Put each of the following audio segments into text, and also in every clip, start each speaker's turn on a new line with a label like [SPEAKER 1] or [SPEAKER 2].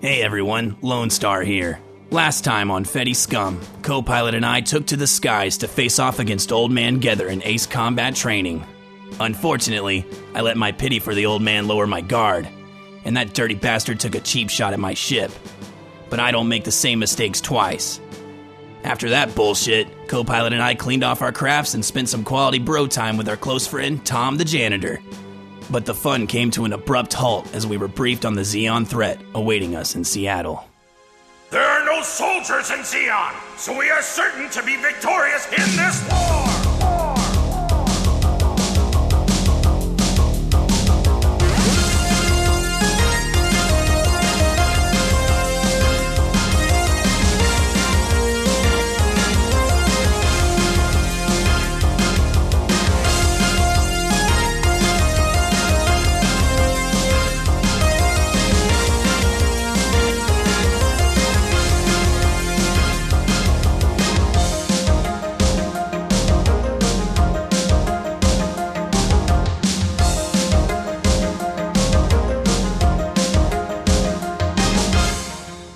[SPEAKER 1] Hey everyone, Lone Star here. Last time on Fetty Scum, co pilot and I took to the skies to face off against Old Man Gether in Ace Combat Training. Unfortunately, I let my pity for the old man lower my guard, and that dirty bastard took a cheap shot at my ship. But I don't make the same mistakes twice. After that bullshit, co pilot and I cleaned off our crafts and spent some quality bro time with our close friend, Tom the Janitor. But the fun came to an abrupt halt as we were briefed on the Xeon threat awaiting us in Seattle.
[SPEAKER 2] There are no soldiers in Xeon, so we are certain to be victorious in this war!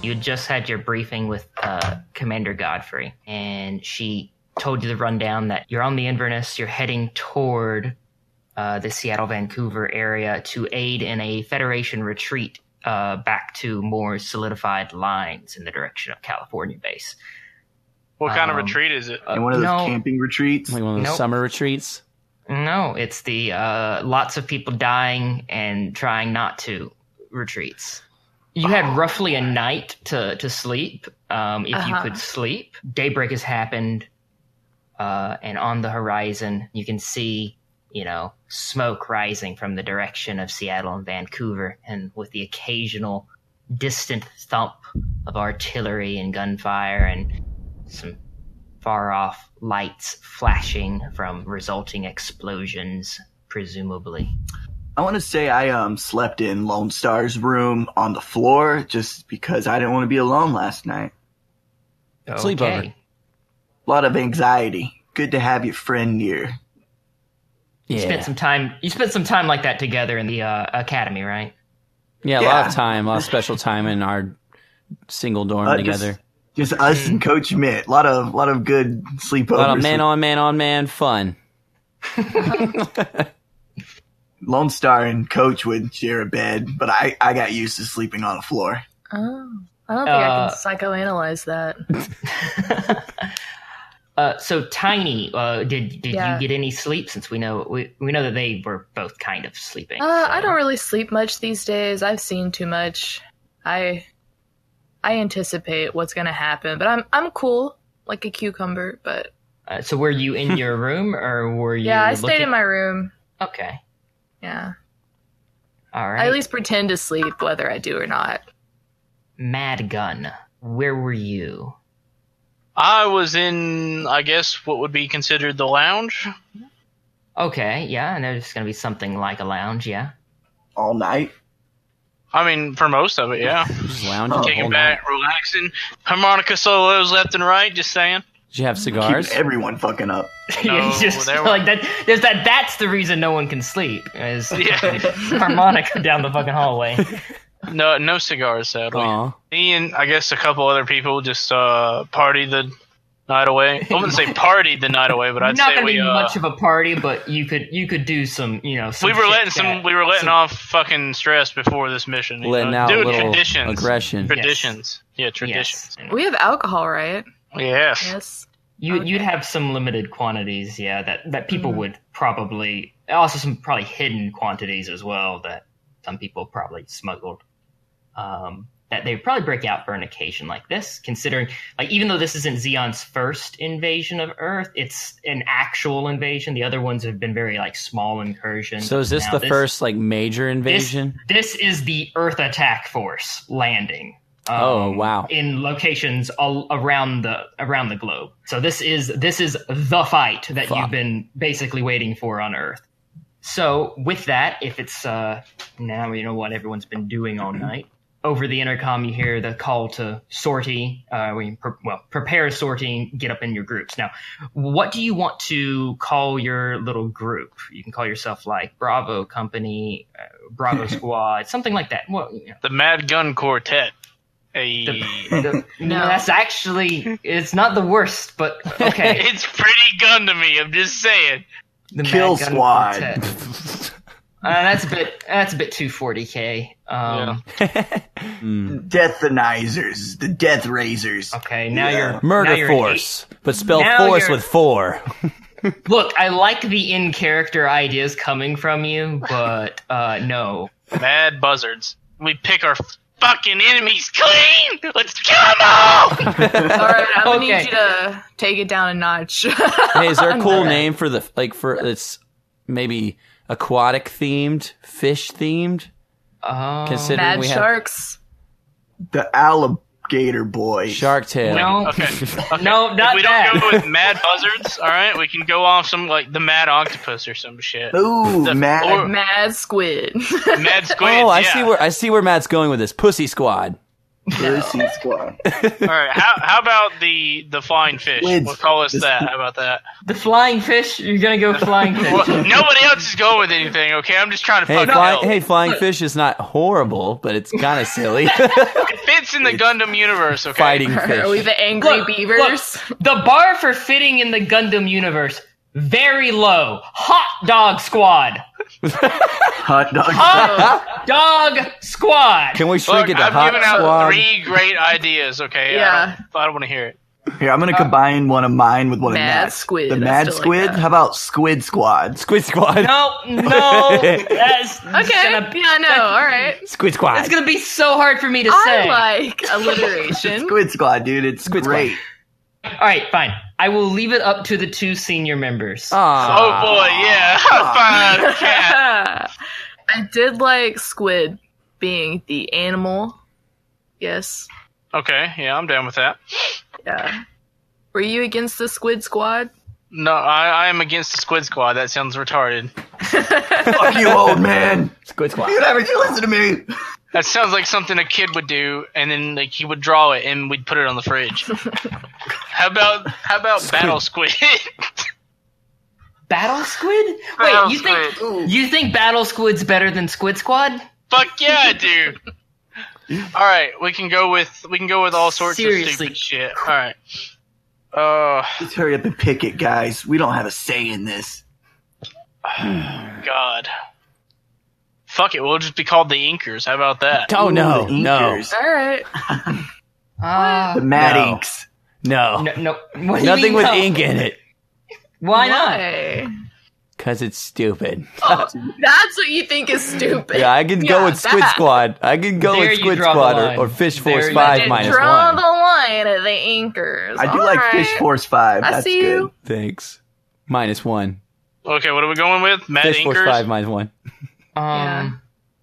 [SPEAKER 3] you just had your briefing with uh, Commander Godfrey, and she told you the rundown that you're on the Inverness, you're heading toward uh, the Seattle Vancouver area to aid in a Federation retreat uh, back to more solidified lines in the direction of California base.
[SPEAKER 4] What kind of
[SPEAKER 3] Um,
[SPEAKER 4] retreat is it?
[SPEAKER 3] Uh,
[SPEAKER 5] In one of those
[SPEAKER 3] no,
[SPEAKER 5] camping retreats.
[SPEAKER 6] Like one of those
[SPEAKER 3] Nope.
[SPEAKER 6] summer retreats.
[SPEAKER 3] no, it's the uh, lots of people dying and trying not to retreats. You had roughly a night to to sleep, um, if you
[SPEAKER 7] Uh-huh.
[SPEAKER 3] could sleep. Daybreak has happened, uh, and on the horizon you can see, you know, smoke rising from the direction of Seattle and Vancouver, and with the occasional distant thump of artillery and gunfire and some far off lights flashing from resulting explosions, presumably.
[SPEAKER 5] I want to say I um slept in Lone Star's room on the floor just because I didn't want to be alone last night.
[SPEAKER 6] Sleepover.
[SPEAKER 3] Okay.
[SPEAKER 5] A lot of anxiety. Good to have your friend near.
[SPEAKER 6] Yeah.
[SPEAKER 3] You spent some time. You spent some time like that together in the uh, academy, right?
[SPEAKER 6] yeah, a lot
[SPEAKER 5] Yeah.
[SPEAKER 6] of time, a lot of special time in our single dorm
[SPEAKER 5] Uh, just-
[SPEAKER 6] together.
[SPEAKER 5] Just us and Coach Mitt. A lot of lot of good sleepovers.
[SPEAKER 6] a lot of man
[SPEAKER 5] with
[SPEAKER 6] on man on man fun.
[SPEAKER 5] Lone Star and Coach would share a bed, but I, I got used to sleeping on the floor.
[SPEAKER 7] Oh, I don't think
[SPEAKER 3] Uh,
[SPEAKER 7] I can psychoanalyze that.
[SPEAKER 3] Uh, so tiny, uh, did did
[SPEAKER 7] Yeah.
[SPEAKER 3] you get any sleep? Since we know we, we know that they were both kind of sleeping.
[SPEAKER 7] Uh,
[SPEAKER 3] so-
[SPEAKER 7] I don't really sleep much these days. I've seen too much. I I anticipate what's gonna happen, but I'm I'm cool like a cucumber. But
[SPEAKER 3] Uh, so were you in your room or were you?
[SPEAKER 7] yeah, I stayed
[SPEAKER 3] looking-
[SPEAKER 7] in my room.
[SPEAKER 3] Okay.
[SPEAKER 7] Yeah,
[SPEAKER 3] All right.
[SPEAKER 7] I at least pretend to sleep, whether I do or not.
[SPEAKER 3] Mad Gun. Where were you?
[SPEAKER 4] I was in, I guess, what would be considered the lounge.
[SPEAKER 3] Okay. Yeah, and there's gonna be something like a lounge. Yeah.
[SPEAKER 5] All night.
[SPEAKER 4] I mean, for most of it, yeah.
[SPEAKER 6] Just lounging. the whole
[SPEAKER 4] Kicking
[SPEAKER 6] night.
[SPEAKER 4] back, relaxing, harmonica solos left and right. Just saying.
[SPEAKER 6] Did you have cigars?
[SPEAKER 5] Keeping everyone fucking up.
[SPEAKER 3] Yeah,
[SPEAKER 4] No,
[SPEAKER 3] it's just
[SPEAKER 4] there were-
[SPEAKER 3] like that. There's that. That's the reason no one can sleep. Is
[SPEAKER 4] Yeah.
[SPEAKER 3] harmonica down the fucking hallway.
[SPEAKER 4] No, no cigars, sadly.
[SPEAKER 6] Aw.
[SPEAKER 4] Me and I guess a couple other people just uh party the night away. I wouldn't say party the night away, but I'd
[SPEAKER 3] Not
[SPEAKER 4] say
[SPEAKER 3] gonna
[SPEAKER 4] we
[SPEAKER 3] be
[SPEAKER 4] uh,
[SPEAKER 3] much of a party, but you could you could do some you know. Some
[SPEAKER 4] we were
[SPEAKER 3] shit
[SPEAKER 4] letting some
[SPEAKER 3] that-
[SPEAKER 4] we were letting
[SPEAKER 3] some-
[SPEAKER 4] off fucking stress before this mission. you
[SPEAKER 6] Letting
[SPEAKER 4] know?
[SPEAKER 6] out a
[SPEAKER 4] Dude,
[SPEAKER 6] little
[SPEAKER 4] traditions,
[SPEAKER 6] aggression.
[SPEAKER 4] traditions. Yeah,
[SPEAKER 3] Yes.
[SPEAKER 4] traditions.
[SPEAKER 7] We have alcohol, right?
[SPEAKER 4] Yes.
[SPEAKER 7] Yes.
[SPEAKER 3] You
[SPEAKER 7] Okay.
[SPEAKER 3] you'd have some limited quantities, yeah. That that people would probably also some probably hidden quantities as well that some people probably smuggled. Um, that they would probably break out for an occasion like this, considering like even though this isn't Xeon's first invasion of Earth, it's an actual invasion. The other ones have been very like small incursions.
[SPEAKER 6] So is this
[SPEAKER 3] Now
[SPEAKER 6] the first like major invasion?
[SPEAKER 3] This, this is the Earth Attack Force landing. um,
[SPEAKER 6] Oh, wow.
[SPEAKER 3] In locations all around the around the globe. So this is this is the fight that
[SPEAKER 6] Fuck.
[SPEAKER 3] you've been basically waiting for on Earth. So with that, if it's uh, now you know what everyone's been doing all night. Over the intercom, you hear the call to sortie. Uh, we pre- well prepare sorting. Get up in your groups now. What do you want to call your little group? You can call yourself like Bravo Company, uh, Bravo Squad, something like that. Well, you know,
[SPEAKER 4] The Mad Gun Quartet. Hey,
[SPEAKER 3] The- no, that's actually it's not the worst, but okay.
[SPEAKER 4] it's pretty gun to me. I'm just saying.
[SPEAKER 3] The Mad
[SPEAKER 5] Kill
[SPEAKER 3] Gun
[SPEAKER 5] Squad.
[SPEAKER 3] Quartet. Uh, that's a bit. That's a bit 240k. Um,
[SPEAKER 5] Deathanizers, the Death Razors.
[SPEAKER 3] Okay, now you're now
[SPEAKER 1] Murder
[SPEAKER 3] you're an
[SPEAKER 1] force, but spell
[SPEAKER 3] Now
[SPEAKER 1] force
[SPEAKER 3] you're-
[SPEAKER 1] with four.
[SPEAKER 3] eight. Look, I like the in character ideas coming from you, but uh, no,
[SPEAKER 4] Mad buzzards. We pick our fucking enemies clean. Let's kill them all.
[SPEAKER 7] All right, I'm gonna
[SPEAKER 3] Okay.
[SPEAKER 7] need you to take it down a notch.
[SPEAKER 6] Hey, is there a cool name for the like for it's maybe aquatic themed, fish themed?
[SPEAKER 3] uh,
[SPEAKER 6] Considering
[SPEAKER 7] Mad
[SPEAKER 6] we
[SPEAKER 7] sharks.
[SPEAKER 5] The Alligator Boys.
[SPEAKER 6] have Shark Tale.
[SPEAKER 3] no,
[SPEAKER 4] Okay. okay.
[SPEAKER 3] no,
[SPEAKER 4] If
[SPEAKER 3] not
[SPEAKER 4] we
[SPEAKER 3] that.
[SPEAKER 4] don't go with mad buzzards, all right, we can go off some like the mad octopus or some shit.
[SPEAKER 5] Ooh,
[SPEAKER 4] The
[SPEAKER 5] Mad
[SPEAKER 4] floor-
[SPEAKER 7] Mad squid.
[SPEAKER 4] Mad squids.
[SPEAKER 6] Oh, I
[SPEAKER 4] yeah.
[SPEAKER 6] see where I see where Matt's going with this. Pussy Squad.
[SPEAKER 5] Pussy Squad.
[SPEAKER 4] All right. How, how about the the flying fish?
[SPEAKER 5] Squids.
[SPEAKER 4] We'll call us
[SPEAKER 5] The
[SPEAKER 4] that. How about that?
[SPEAKER 3] the flying fish. You're gonna go flying fish.
[SPEAKER 4] Well, nobody else is going with anything. Okay, I'm just trying to
[SPEAKER 6] Hey,
[SPEAKER 4] fuck
[SPEAKER 6] fly,
[SPEAKER 4] up.
[SPEAKER 6] hey, flying fish is not horrible, but it's kind of silly.
[SPEAKER 4] It fits in the Gundam universe. Okay.
[SPEAKER 6] Fighting
[SPEAKER 7] Are we
[SPEAKER 6] fish.
[SPEAKER 7] the angry
[SPEAKER 3] Look,
[SPEAKER 7] beavers?
[SPEAKER 3] look, the bar for fitting in the Gundam universe very low. Hot dog squad.
[SPEAKER 5] Hot dog.
[SPEAKER 3] Hot dog squad.
[SPEAKER 6] Can we
[SPEAKER 4] Look,
[SPEAKER 6] shrink it to
[SPEAKER 4] I've
[SPEAKER 6] Hot
[SPEAKER 4] given out
[SPEAKER 6] Squad?
[SPEAKER 4] three great ideas. Okay. I
[SPEAKER 7] Yeah.
[SPEAKER 4] don't, I don't want to hear it.
[SPEAKER 5] Here, I'm gonna combine one of mine with one of
[SPEAKER 7] Uh, Mad
[SPEAKER 5] Matt's.
[SPEAKER 7] Squid.
[SPEAKER 5] The
[SPEAKER 7] I
[SPEAKER 5] Mad
[SPEAKER 7] still like
[SPEAKER 5] Squid.
[SPEAKER 7] that.
[SPEAKER 5] How about Squid Squad?
[SPEAKER 6] Squid Squad.
[SPEAKER 3] No, no. That's
[SPEAKER 7] Okay.
[SPEAKER 3] gonna be-
[SPEAKER 7] yeah, no. All right.
[SPEAKER 6] Squid Squad.
[SPEAKER 3] It's gonna be so hard for me to
[SPEAKER 7] I
[SPEAKER 3] say.
[SPEAKER 7] like alliteration.
[SPEAKER 5] Squid Squad, dude. It's
[SPEAKER 6] Squid Squad.
[SPEAKER 5] great.
[SPEAKER 3] All right, fine. I will leave it up to the two senior members.
[SPEAKER 7] Uh,
[SPEAKER 6] Aw.
[SPEAKER 4] Oh boy, yeah. Fine. Cat.
[SPEAKER 7] I did like squid being the animal. Yes.
[SPEAKER 4] Okay. Yeah, I'm down with that.
[SPEAKER 7] Yeah. Were you against the squid squad?
[SPEAKER 4] No, I, I am against the Squid Squad. That sounds retarded.
[SPEAKER 5] Fuck you, old man.
[SPEAKER 6] Squid Squad.
[SPEAKER 5] You never you listen to me.
[SPEAKER 4] That sounds like something a kid would do, and then like he would draw it, and we'd put it on the fridge. how about how about Battle Squid?
[SPEAKER 3] Battle Squid? Wait,
[SPEAKER 4] Battle
[SPEAKER 3] you think you think Battle Squid's better than Squid Squad?
[SPEAKER 4] Fuck yeah, dude. All right, we can go with we can go with all sorts
[SPEAKER 3] Seriously.
[SPEAKER 4] of stupid shit. All right. Oh
[SPEAKER 5] Just hurry up and pick it, guys. We don't have a say in this.
[SPEAKER 4] God. Fuck it, we'll just be called the Inkers. How about that?
[SPEAKER 6] Oh no,
[SPEAKER 5] The
[SPEAKER 6] no,
[SPEAKER 5] Inkers.
[SPEAKER 7] All right.
[SPEAKER 3] Uh,
[SPEAKER 5] The Mad
[SPEAKER 6] No.
[SPEAKER 5] Inks.
[SPEAKER 6] no.
[SPEAKER 3] no, no. What do you
[SPEAKER 6] Nothing
[SPEAKER 3] mean,
[SPEAKER 6] with
[SPEAKER 3] no?
[SPEAKER 6] ink in it.
[SPEAKER 3] Why not?
[SPEAKER 7] Why?
[SPEAKER 6] Cause it's stupid.
[SPEAKER 7] That's what you think is stupid.
[SPEAKER 6] Yeah, I can go
[SPEAKER 7] Yeah,
[SPEAKER 6] with Squid
[SPEAKER 7] that.
[SPEAKER 6] Squad. I can go
[SPEAKER 3] There
[SPEAKER 6] with
[SPEAKER 3] you
[SPEAKER 6] Squid
[SPEAKER 3] draw the
[SPEAKER 6] Squad
[SPEAKER 3] line.
[SPEAKER 6] or, or Fish
[SPEAKER 4] There
[SPEAKER 6] Force
[SPEAKER 4] you-
[SPEAKER 6] Five
[SPEAKER 4] I
[SPEAKER 7] Then
[SPEAKER 6] minus
[SPEAKER 7] draw
[SPEAKER 6] one.
[SPEAKER 7] the line at the anchors.
[SPEAKER 5] I do
[SPEAKER 7] All
[SPEAKER 5] like
[SPEAKER 7] right.
[SPEAKER 5] Fish Force Five.
[SPEAKER 7] I
[SPEAKER 5] That's
[SPEAKER 7] see
[SPEAKER 5] good.
[SPEAKER 7] you.
[SPEAKER 6] Thanks. Minus one.
[SPEAKER 4] Okay, what are we going with? Mad
[SPEAKER 6] Fish Force
[SPEAKER 4] Inkers?
[SPEAKER 6] Five minus one.
[SPEAKER 3] Um,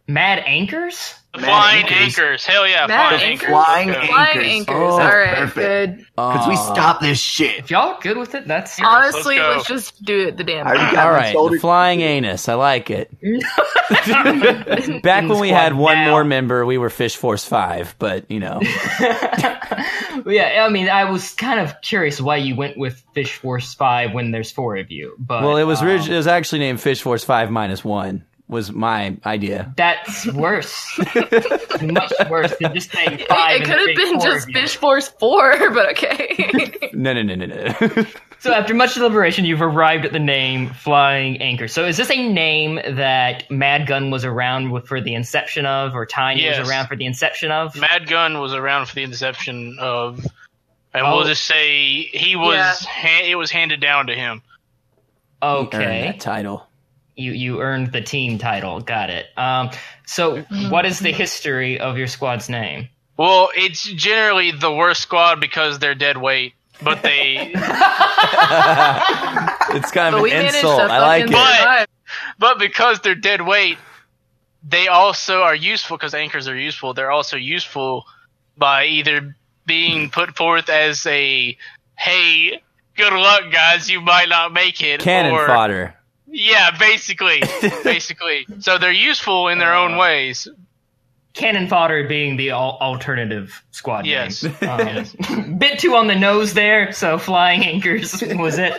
[SPEAKER 3] Mad Anchors?
[SPEAKER 4] Flying
[SPEAKER 5] Mad Inkers.
[SPEAKER 4] Inkers. Hell yeah,
[SPEAKER 7] Mad
[SPEAKER 4] Flying
[SPEAKER 7] Inkers?
[SPEAKER 4] Inkers.
[SPEAKER 5] Flying
[SPEAKER 4] Okay.
[SPEAKER 7] Line
[SPEAKER 5] Anchors.
[SPEAKER 7] anchors.
[SPEAKER 5] Oh,
[SPEAKER 7] All right.
[SPEAKER 5] perfect.
[SPEAKER 7] Good.
[SPEAKER 5] Because we stop this shit.
[SPEAKER 3] If y'all good with it, that's serious.
[SPEAKER 7] Honestly,
[SPEAKER 4] go.
[SPEAKER 7] let's, just do it the damn
[SPEAKER 5] I
[SPEAKER 7] way.
[SPEAKER 5] already got
[SPEAKER 6] All
[SPEAKER 5] my
[SPEAKER 6] right,
[SPEAKER 5] shoulder-
[SPEAKER 6] the flying anus. I like it. Back when we had one
[SPEAKER 3] now.
[SPEAKER 6] more member, we were Fish Force Five, but you know,
[SPEAKER 3] yeah, I mean, I was kind of curious why you went with Fish Force 5 when there's four of you, but
[SPEAKER 6] well, it was
[SPEAKER 3] um,
[SPEAKER 6] orig- it was actually named Fish Force Five minus one. Was my idea.
[SPEAKER 3] That's worse. Much worse than just saying five.
[SPEAKER 7] It,
[SPEAKER 3] and
[SPEAKER 7] could
[SPEAKER 3] big
[SPEAKER 7] have been
[SPEAKER 3] four
[SPEAKER 7] just
[SPEAKER 3] of you.
[SPEAKER 7] Fish Force 4, but okay.
[SPEAKER 6] No, no, no, no, no.
[SPEAKER 3] So after much deliberation, you've arrived at the name Flying Anchor. So is this a name that Mad Gun was around with for the inception of, or Tiny
[SPEAKER 4] Yes.
[SPEAKER 3] was around for the inception of?
[SPEAKER 4] Mad Gun was around for the inception of, and
[SPEAKER 3] Oh.
[SPEAKER 4] we'll just say he was.
[SPEAKER 7] Yeah.
[SPEAKER 4] Ha- it was handed down to him.
[SPEAKER 6] Earned that
[SPEAKER 3] okay,
[SPEAKER 6] title.
[SPEAKER 3] you you earned the team title. Got it. Um, so
[SPEAKER 7] Mm-hmm.
[SPEAKER 3] what is the history of your squad's name?
[SPEAKER 4] Well, it's generally the worst squad because they're dead weight, but they,
[SPEAKER 6] It's kind
[SPEAKER 7] but
[SPEAKER 6] of
[SPEAKER 7] we
[SPEAKER 6] an
[SPEAKER 7] managed to
[SPEAKER 6] insult. I like
[SPEAKER 7] fucking
[SPEAKER 6] it.
[SPEAKER 7] survive.
[SPEAKER 4] but because they're dead weight, they also are useful because anchors are useful. They're also useful by either being put forth as a, hey, good luck, guys, you might not make it,
[SPEAKER 6] Cannon
[SPEAKER 4] or
[SPEAKER 6] fodder.
[SPEAKER 4] yeah, basically, basically. So they're useful in their
[SPEAKER 1] Uh,
[SPEAKER 4] own ways.
[SPEAKER 3] Cannon fodder being the al- alternative squad
[SPEAKER 4] Yes.
[SPEAKER 3] name. Um, Bit too on the nose there, so flying anchors was it.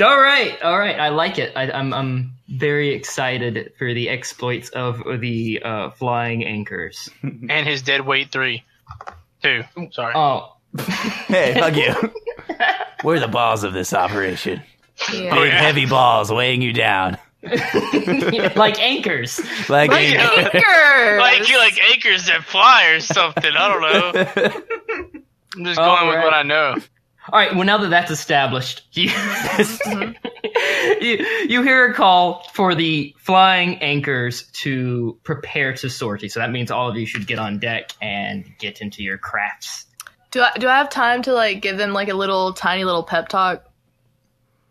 [SPEAKER 3] all right, all right, I like it. I, I'm I'm very excited for the exploits of the uh, flying anchors.
[SPEAKER 4] and his dead weight three. Two. Sorry.
[SPEAKER 3] Oh,
[SPEAKER 1] Hey, fuck you. We're the balls of this operation.
[SPEAKER 7] Yeah.
[SPEAKER 1] Big, heavy balls weighing you down.
[SPEAKER 3] like anchors.
[SPEAKER 6] Like,
[SPEAKER 4] Yeah.
[SPEAKER 7] Anchors!
[SPEAKER 4] like like anchors that fly or something. I don't know. I'm just
[SPEAKER 3] All
[SPEAKER 4] going with
[SPEAKER 3] right.
[SPEAKER 4] what I know.
[SPEAKER 3] All right. Well, now that that's established, you,
[SPEAKER 7] Mm-hmm.
[SPEAKER 3] you, you hear a call for the flying anchors to prepare to sortie. So that means all of you should get on deck and get into your crafts.
[SPEAKER 7] do I do I have time to like give them like a little tiny little pep talk?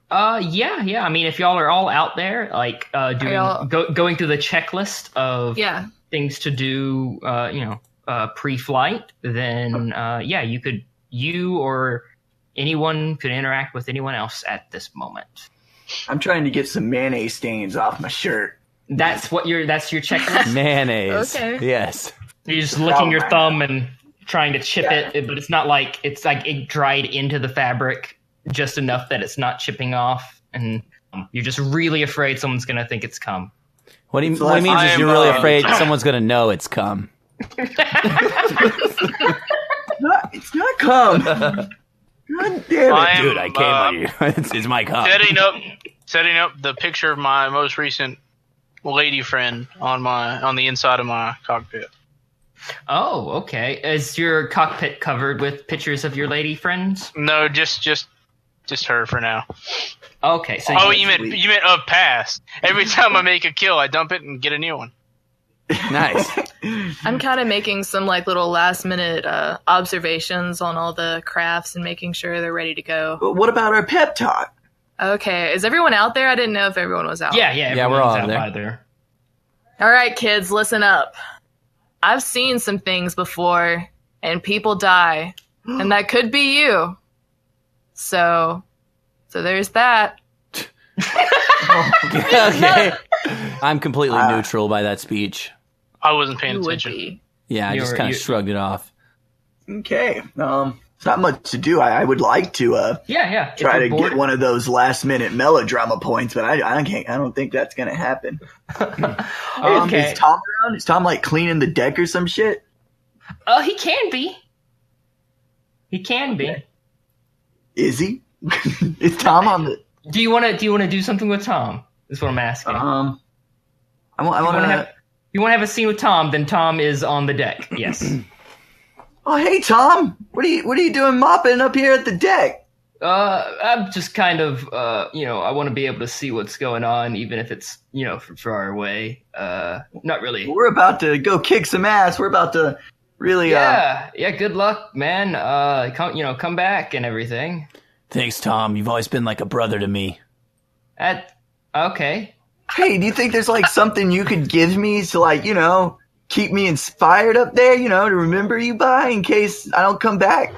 [SPEAKER 3] Uh, yeah, yeah. I mean, if y'all are all out there, like uh,
[SPEAKER 7] y'all-
[SPEAKER 3] doing go, going through the checklist of
[SPEAKER 7] Yeah.
[SPEAKER 3] things to do, uh, you know, uh, pre-flight, then uh, yeah, you could you or anyone could interact with anyone else at this moment.
[SPEAKER 5] I'm trying to get some mayonnaise stains off my shirt.
[SPEAKER 3] That's what your that's your checklist.
[SPEAKER 6] mayonnaise.
[SPEAKER 7] Okay.
[SPEAKER 6] Yes.
[SPEAKER 3] You're just licking your thumb and trying to chip it, but it's not like it's like it dried into the fabric just enough that it's not chipping off, and um, you're just really afraid someone's gonna think it's cum.
[SPEAKER 6] What he,
[SPEAKER 5] So
[SPEAKER 6] what
[SPEAKER 5] that's-
[SPEAKER 6] he means
[SPEAKER 4] I
[SPEAKER 6] is
[SPEAKER 4] am,
[SPEAKER 6] you're really
[SPEAKER 4] uh,
[SPEAKER 6] afraid someone's going to know it's come.
[SPEAKER 5] Not, it's not cum. God damn it.
[SPEAKER 4] I am,
[SPEAKER 1] Dude, I came
[SPEAKER 4] uh,
[SPEAKER 1] on you. it's, it's my cup.
[SPEAKER 4] setting up setting up the picture of my most recent lady friend on my on the inside of my cockpit.
[SPEAKER 3] Oh, okay. Is your cockpit covered with pictures of your lady friends?
[SPEAKER 4] No, just just just her for now.
[SPEAKER 3] Okay, so
[SPEAKER 4] Oh,
[SPEAKER 3] you-
[SPEAKER 4] you meant you meant of past. Every time I make a kill, I dump it and get a new one.
[SPEAKER 6] Nice.
[SPEAKER 7] I'm kind of making some like little last minute uh, observations on all the crafts and making sure they're ready to go.
[SPEAKER 5] But what about our pep talk?
[SPEAKER 7] Okay, is everyone out there? I didn't know if everyone was out.
[SPEAKER 3] yeah, yeah,
[SPEAKER 6] Yeah, we're
[SPEAKER 3] everyone's
[SPEAKER 6] all
[SPEAKER 3] out
[SPEAKER 6] there.
[SPEAKER 3] by there.
[SPEAKER 7] All right, kids, listen up. I've seen some things before, and people die, and that could be you. So, so there's that.
[SPEAKER 6] okay. I'm completely
[SPEAKER 4] Ah.
[SPEAKER 6] neutral by that speech.
[SPEAKER 4] I wasn't paying
[SPEAKER 7] You would
[SPEAKER 4] attention.
[SPEAKER 7] be.
[SPEAKER 6] Yeah, I just
[SPEAKER 3] You're-
[SPEAKER 6] kind of
[SPEAKER 3] you-
[SPEAKER 6] shrugged it off.
[SPEAKER 5] Okay. Um, it's not much to do. I, I would like to uh,
[SPEAKER 3] Yeah, yeah. If
[SPEAKER 5] try
[SPEAKER 3] you're
[SPEAKER 5] to
[SPEAKER 3] bored-
[SPEAKER 5] get one of those last minute melodrama points, but I, I can't. I don't think that's gonna happen.
[SPEAKER 3] Um, Okay.
[SPEAKER 5] Is Tom around? Is Tom like cleaning the deck or some shit?
[SPEAKER 3] Oh, he can be. He can be.
[SPEAKER 5] Is he? is Tom on the?
[SPEAKER 3] Do you want to? Do you want to do something with Tom? Is what I'm asking.
[SPEAKER 5] Um, I want. I
[SPEAKER 3] You
[SPEAKER 5] want
[SPEAKER 3] wanna
[SPEAKER 5] to.
[SPEAKER 3] have- You want to have a scene with Tom? Then Tom is on the deck. Yes.
[SPEAKER 5] Oh, hey Tom, what are you? What are you doing mopping up here at the deck?
[SPEAKER 3] uh, I'm just kind of, uh, you know, I want to be able to see what's going on, even if it's, you know, from far away. Uh, not really.
[SPEAKER 5] We're about to go kick some ass. We're about to really. Uh,
[SPEAKER 3] Yeah, yeah. Good luck, man. Uh, come, you know, come back and everything.
[SPEAKER 1] Thanks, Tom. You've always been like a brother to me.
[SPEAKER 3] At okay.
[SPEAKER 5] hey, do you think there's like something you could give me to like you know keep me inspired up there? You know to remember you by in case I don't come back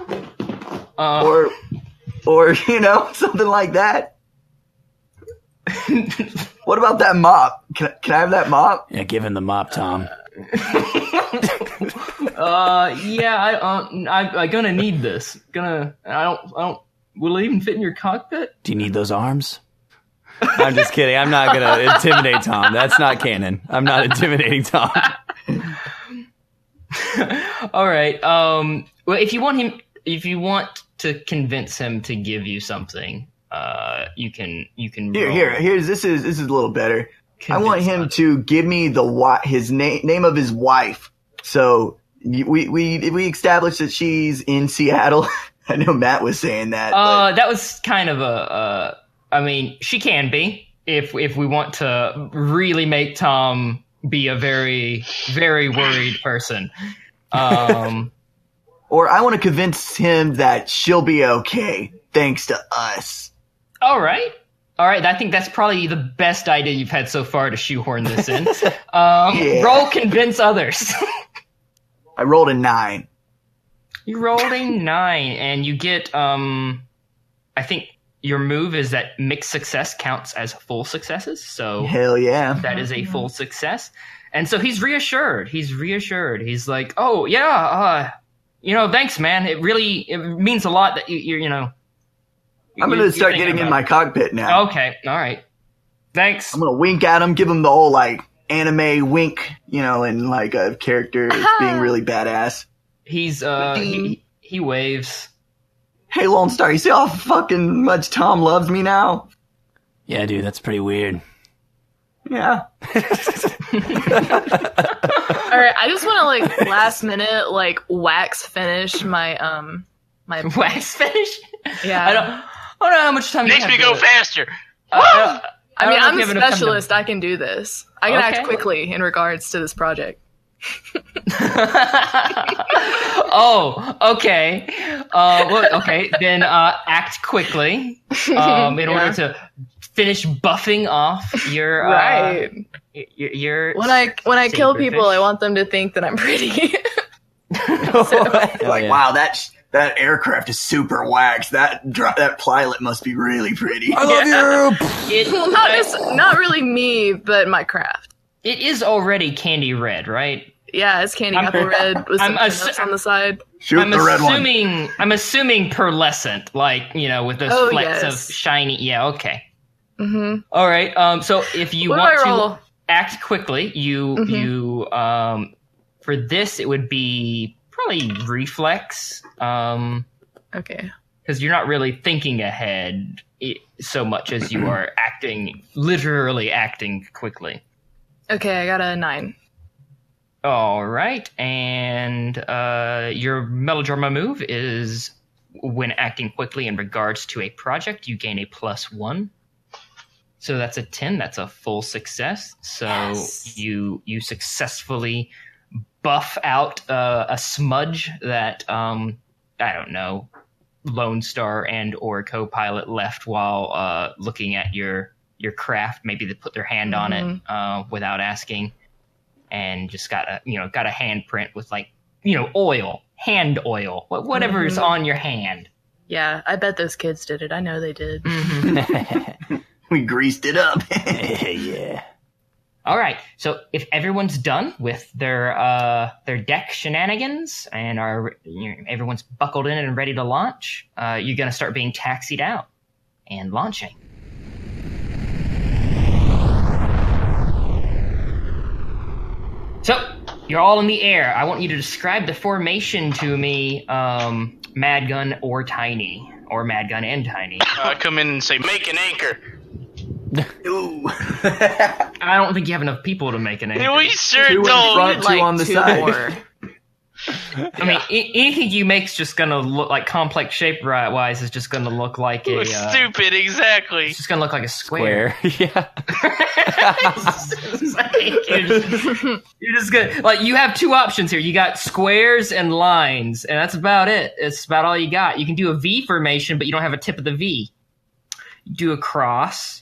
[SPEAKER 3] Uh,
[SPEAKER 5] or or you know something like that. what about that mop? Can, I- can I have that mop?
[SPEAKER 1] Yeah, give him the mop, Tom.
[SPEAKER 3] uh, yeah. I, uh, I, I gonna need this. Gonna. I don't. I don't. Will it even fit in your cockpit?
[SPEAKER 1] Do you need those arms?
[SPEAKER 6] I'm just kidding. I'm not going to intimidate Tom. That's not canon. I'm not intimidating Tom.
[SPEAKER 3] All right. Um. Well, if you want him, if you want to convince him to give you something, uh, you can. You can.
[SPEAKER 5] Here,
[SPEAKER 3] roll
[SPEAKER 5] here, here's this is this is a little better. I
[SPEAKER 3] convince
[SPEAKER 5] want him
[SPEAKER 3] us.
[SPEAKER 5] to give me the wi- his name name of his wife. So y- we we we established that she's in Seattle. I know Matt was saying that.
[SPEAKER 3] Uh, that was kind of a. Uh, I mean, she can be if if we want to really make Tom be a very very worried person. Um.
[SPEAKER 5] but- or I want to convince him that she'll be okay thanks to us.
[SPEAKER 3] All right. All right. I think that's probably the best idea you've had so far to shoehorn this in. um,
[SPEAKER 5] Yeah.
[SPEAKER 3] Roll convince others.
[SPEAKER 5] I rolled a nine.
[SPEAKER 3] you rolled a nine, and you get. Um, I think your move is that mixed success counts as full successes. So
[SPEAKER 5] Hell yeah!
[SPEAKER 3] that is a full success. And so he's reassured. He's reassured. He's like, "Oh yeah, uh, you know, thanks, man. It really it means a lot that you, you're, you know."
[SPEAKER 5] I'm
[SPEAKER 3] you're-
[SPEAKER 5] gonna
[SPEAKER 3] you're
[SPEAKER 5] start
[SPEAKER 3] thinking
[SPEAKER 5] getting in
[SPEAKER 3] about
[SPEAKER 5] my
[SPEAKER 3] it."
[SPEAKER 5] cockpit now.
[SPEAKER 6] Oh.
[SPEAKER 3] Okay, all right. Thanks.
[SPEAKER 5] I'm gonna wink at him, give him the whole like anime wink, you know, and like a character is being really badass.
[SPEAKER 3] He's uh he, he waves.
[SPEAKER 5] Hey, Lone Star, you see how fucking much Tom loves me now?
[SPEAKER 1] Yeah, dude, that's pretty weird.
[SPEAKER 5] Yeah.
[SPEAKER 7] All right, I just want to like last minute like wax finish my um my
[SPEAKER 3] Wax finish.
[SPEAKER 7] yeah.
[SPEAKER 3] I don't. I don't know how much time. you
[SPEAKER 4] Uh, Makes
[SPEAKER 3] have
[SPEAKER 4] me
[SPEAKER 3] to
[SPEAKER 4] go
[SPEAKER 3] do it.
[SPEAKER 4] faster.
[SPEAKER 3] I- I don't-
[SPEAKER 7] I,
[SPEAKER 3] don't
[SPEAKER 7] mean,
[SPEAKER 3] know if
[SPEAKER 7] I'm
[SPEAKER 3] you
[SPEAKER 7] a
[SPEAKER 3] have enough time to-
[SPEAKER 7] specialist. I can do this. I can
[SPEAKER 3] Okay.
[SPEAKER 7] act quickly in regards to this project.
[SPEAKER 3] oh, okay. Uh, well, okay, then uh, act quickly um, in order
[SPEAKER 7] Yeah.
[SPEAKER 3] to finish buffing off your uh,
[SPEAKER 7] Right.
[SPEAKER 3] y- y- your.
[SPEAKER 7] when I when I kill
[SPEAKER 3] Saber
[SPEAKER 7] people,
[SPEAKER 3] fish.
[SPEAKER 7] I want them to think that I'm pretty.
[SPEAKER 6] Hell
[SPEAKER 5] like,
[SPEAKER 6] yeah.
[SPEAKER 5] wow, that sh- that aircraft is super waxed. That dri- that pilot must be really pretty.
[SPEAKER 6] I love you.
[SPEAKER 3] it, uh,
[SPEAKER 7] well, not just, not really me, but my craft.
[SPEAKER 3] it is already candy red, right?
[SPEAKER 7] Yeah, it's candy
[SPEAKER 3] I'm-
[SPEAKER 7] apple red with some
[SPEAKER 3] I'm
[SPEAKER 7] pin-ups
[SPEAKER 3] assu-
[SPEAKER 7] on the side.
[SPEAKER 5] Shoot
[SPEAKER 3] I'm
[SPEAKER 5] the red one.
[SPEAKER 3] assuming I'm assuming pearlescent, like you know, with those
[SPEAKER 7] Oh,
[SPEAKER 3] flecks
[SPEAKER 7] yes.
[SPEAKER 3] of shiny. Yeah, okay.
[SPEAKER 7] Mm-hmm.
[SPEAKER 3] All right. Um, so if you
[SPEAKER 7] What do
[SPEAKER 3] want
[SPEAKER 7] I
[SPEAKER 3] to
[SPEAKER 7] roll?
[SPEAKER 3] act quickly, you
[SPEAKER 7] Mhm.
[SPEAKER 3] you um, for this it would be probably reflex. Um,
[SPEAKER 7] Okay.
[SPEAKER 3] because you're not really thinking ahead i- so much as you are acting, literally acting quickly.
[SPEAKER 7] Okay, I got a nine.
[SPEAKER 3] All right, and uh, your melodrama move is when acting quickly in regards to a project, you gain a plus one. So that's a ten. That's a full success. So
[SPEAKER 7] Yes.
[SPEAKER 3] you you successfully buff out uh, a smudge that um, I don't know Lone Star and or co-pilot left while uh, looking at your your craft. Maybe they put their hand on it uh, without asking, and just got a you know got a handprint with like you know oil, hand oil, wha- whatever is
[SPEAKER 7] Mhm.
[SPEAKER 3] on your hand.
[SPEAKER 7] Yeah, I bet those kids did it. I know they did.
[SPEAKER 5] We greased it up.
[SPEAKER 6] yeah.
[SPEAKER 3] All right. So if everyone's done with their uh, their deck shenanigans and are you know, everyone's buckled in and ready to launch, uh, you're gonna start being taxied out and launching. So you're all in the air. I want you to describe the formation to me, um, Mad Gun or Tiny, or Mad Gun and Tiny.
[SPEAKER 4] I Uh, come in and say, make an anchor.
[SPEAKER 5] Ooh.
[SPEAKER 3] I don't think you have enough people to make an.
[SPEAKER 4] Yeah, We sure
[SPEAKER 5] Two in
[SPEAKER 4] don't.
[SPEAKER 5] front, two on the side.
[SPEAKER 3] I mean, E, a- anything you make's just gonna look like complex shape right wise is just gonna look like a.
[SPEAKER 4] We're
[SPEAKER 3] Uh,
[SPEAKER 4] Stupid, exactly.
[SPEAKER 3] it's just gonna look like a square.
[SPEAKER 6] Where? Yeah.
[SPEAKER 3] It's like, you're, just, you're just gonna like you have two options here. You got squares and lines, and that's about it. It's about all you got. You can do a V formation, but you don't have a tip of the V. Do a cross.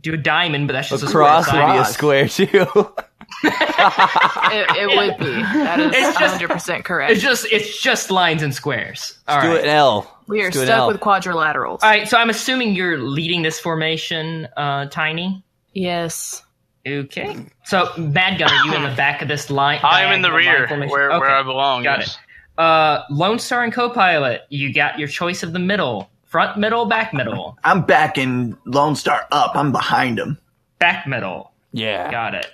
[SPEAKER 3] Do a diamond, but that's
[SPEAKER 6] A
[SPEAKER 3] just a,
[SPEAKER 6] cross
[SPEAKER 3] square
[SPEAKER 6] would be a
[SPEAKER 3] diamond.
[SPEAKER 6] square too.
[SPEAKER 7] It, it would be. That is
[SPEAKER 3] It's just-
[SPEAKER 7] 100 percent correct.
[SPEAKER 3] It's just it's just lines and squares. All right.
[SPEAKER 6] Do an L.
[SPEAKER 7] we are
[SPEAKER 6] Let's do an
[SPEAKER 7] stuck
[SPEAKER 6] L.
[SPEAKER 7] with quadrilaterals.
[SPEAKER 3] All right, so I'm assuming you're leading this formation, uh, Tiny.
[SPEAKER 7] yes.
[SPEAKER 3] Okay. So, Bad Gun, are you in the back of this line?
[SPEAKER 4] I'm in the
[SPEAKER 3] diagonal line
[SPEAKER 4] rear,
[SPEAKER 3] formation?
[SPEAKER 4] where,
[SPEAKER 3] Okay.
[SPEAKER 4] where I belong.
[SPEAKER 3] Got
[SPEAKER 4] yes.
[SPEAKER 3] Uh, Lone Star and Co-Pilot, you got your choice of the middle. Front middle, back middle.
[SPEAKER 5] I'm backing Lone Star up. I'm behind him.
[SPEAKER 3] Back middle.
[SPEAKER 6] Yeah.
[SPEAKER 3] Got it.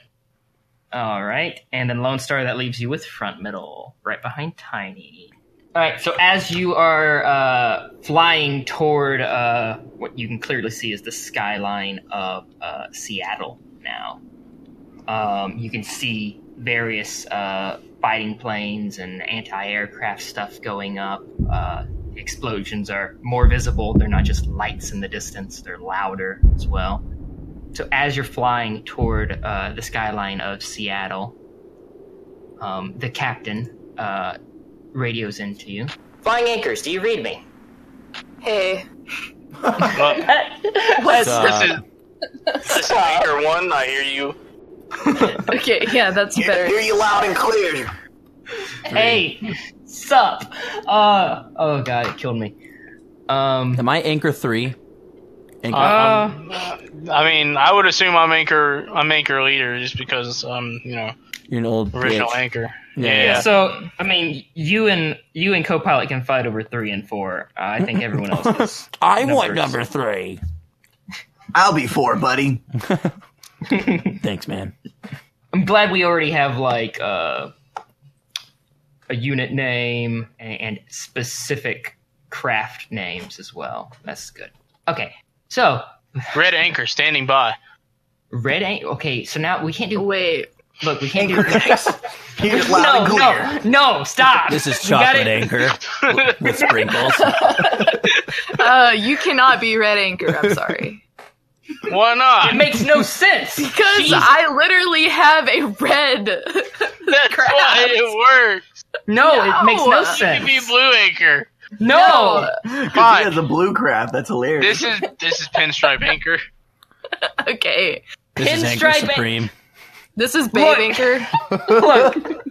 [SPEAKER 3] All right. And then Lone Star, that leaves you with front middle, right behind Tiny. All right. So as you are uh, flying toward uh, what you can clearly see is the skyline of uh, Seattle now, um, you can see various uh, fighting planes and anti aircraft stuff going up. Uh, explosions are more visible. They're not just lights in the distance, they're louder as well. So as you're flying toward uh, the skyline of Seattle, um, the captain uh, radios into you. Flying anchors, do you read me?
[SPEAKER 7] Hey.
[SPEAKER 4] Well,
[SPEAKER 7] What's
[SPEAKER 6] Uh,
[SPEAKER 4] this is this is anchor one. I hear you.
[SPEAKER 7] okay? Yeah, that's
[SPEAKER 5] Hear,
[SPEAKER 7] better.
[SPEAKER 5] hear you loud and clear.
[SPEAKER 3] Hey, sup? Uh, oh god, it killed me. Um,
[SPEAKER 6] Am I anchor three? Anchor.
[SPEAKER 3] uh,
[SPEAKER 4] I mean, I would assume I'm anchor. I'm anchor leader just because I'm, you know,
[SPEAKER 6] You're an old
[SPEAKER 4] original
[SPEAKER 6] bitch.
[SPEAKER 4] anchor.
[SPEAKER 6] Yeah,
[SPEAKER 4] yeah.
[SPEAKER 3] so I mean, you and you and Copilot can fight over three and four. I think everyone else is.
[SPEAKER 6] I
[SPEAKER 3] Numbers.
[SPEAKER 6] want number three.
[SPEAKER 5] I'll be four, buddy.
[SPEAKER 6] Thanks, man.
[SPEAKER 3] I'm glad we already have like uh, a unit name and, and specific craft names as well. That's good. Okay, so
[SPEAKER 4] Red anchor standing by.
[SPEAKER 3] red ain't okay. So now we can't do.
[SPEAKER 7] Wait.
[SPEAKER 3] Look, we can't do.
[SPEAKER 5] Anchor next. Here's
[SPEAKER 3] No,
[SPEAKER 5] loud and clear.
[SPEAKER 3] no, no! Stop.
[SPEAKER 6] This is
[SPEAKER 3] You gotta-
[SPEAKER 6] chocolate anchor with sprinkles.
[SPEAKER 7] Uh, you cannot be Red Anchor. I'm sorry.
[SPEAKER 4] Why
[SPEAKER 3] It
[SPEAKER 4] not?
[SPEAKER 3] makes no sense.
[SPEAKER 7] Because I literally have a red.
[SPEAKER 4] That's why it works.
[SPEAKER 3] No, it makes no
[SPEAKER 7] No.
[SPEAKER 4] You could be
[SPEAKER 3] sense.
[SPEAKER 4] blue anchor.
[SPEAKER 3] No.
[SPEAKER 5] Because he
[SPEAKER 4] Fine.
[SPEAKER 5] has a blue crab. That's hilarious.
[SPEAKER 4] This is this is pinstripe anchor.
[SPEAKER 7] okay.
[SPEAKER 6] This is anchor
[SPEAKER 3] Pinstripe Anchor.
[SPEAKER 6] supreme.
[SPEAKER 7] This is
[SPEAKER 3] Look.
[SPEAKER 7] Babe Anchor.
[SPEAKER 3] Look.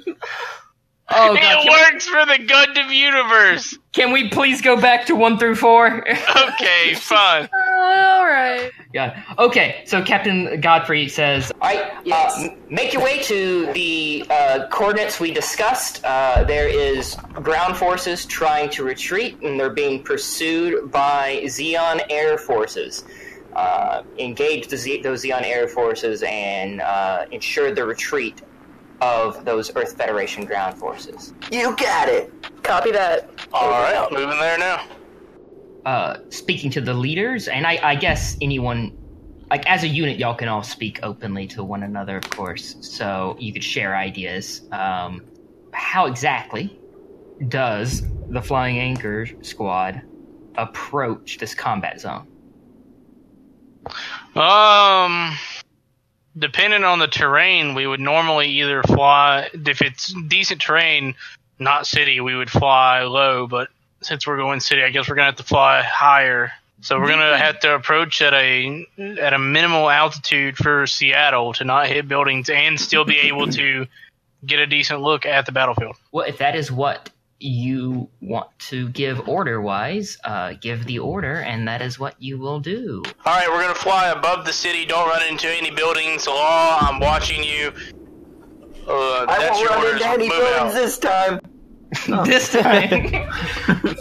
[SPEAKER 3] Oh god.
[SPEAKER 4] It
[SPEAKER 3] Can,
[SPEAKER 4] works for the Gundam universe.
[SPEAKER 3] can we please go back to one through four?
[SPEAKER 4] Okay, fine.
[SPEAKER 7] all right.
[SPEAKER 3] yeah. Okay. So Captain Godfrey says,
[SPEAKER 8] All right.
[SPEAKER 7] Yes.
[SPEAKER 8] Uh, m- make your way to the uh, coordinates we discussed. Uh, there is ground forces trying to retreat, and they're being pursued by Xeon air forces. Uh, engage the Z- those Xeon air forces and uh, ensure the retreat of those Earth Federation ground forces.
[SPEAKER 5] you got it.
[SPEAKER 7] Copy that.
[SPEAKER 4] All right, moving there now.
[SPEAKER 3] uh, speaking to the leaders, and I, I guess anyone, like as a unit, y'all can all speak openly to one another, of course. So you could share ideas. Um, how exactly does the Flying Anchor Squad approach this combat zone?
[SPEAKER 4] Um, depending on the terrain, we would normally either fly if it's decent terrain, not city. We would fly low, but since we're going city, I guess we're gonna have to fly higher. So we're gonna have to approach at a at a minimal altitude for Seattle to not hit buildings and still be able to get a decent look at the battlefield.
[SPEAKER 3] Well, if that is what you want to give order wise, uh, give the order, and that is what you will do.
[SPEAKER 4] All right, we're gonna fly above the city. Don't run into any buildings. Law, I'm watching you. Uh,
[SPEAKER 5] I won't run into any buildings this time.
[SPEAKER 3] This time.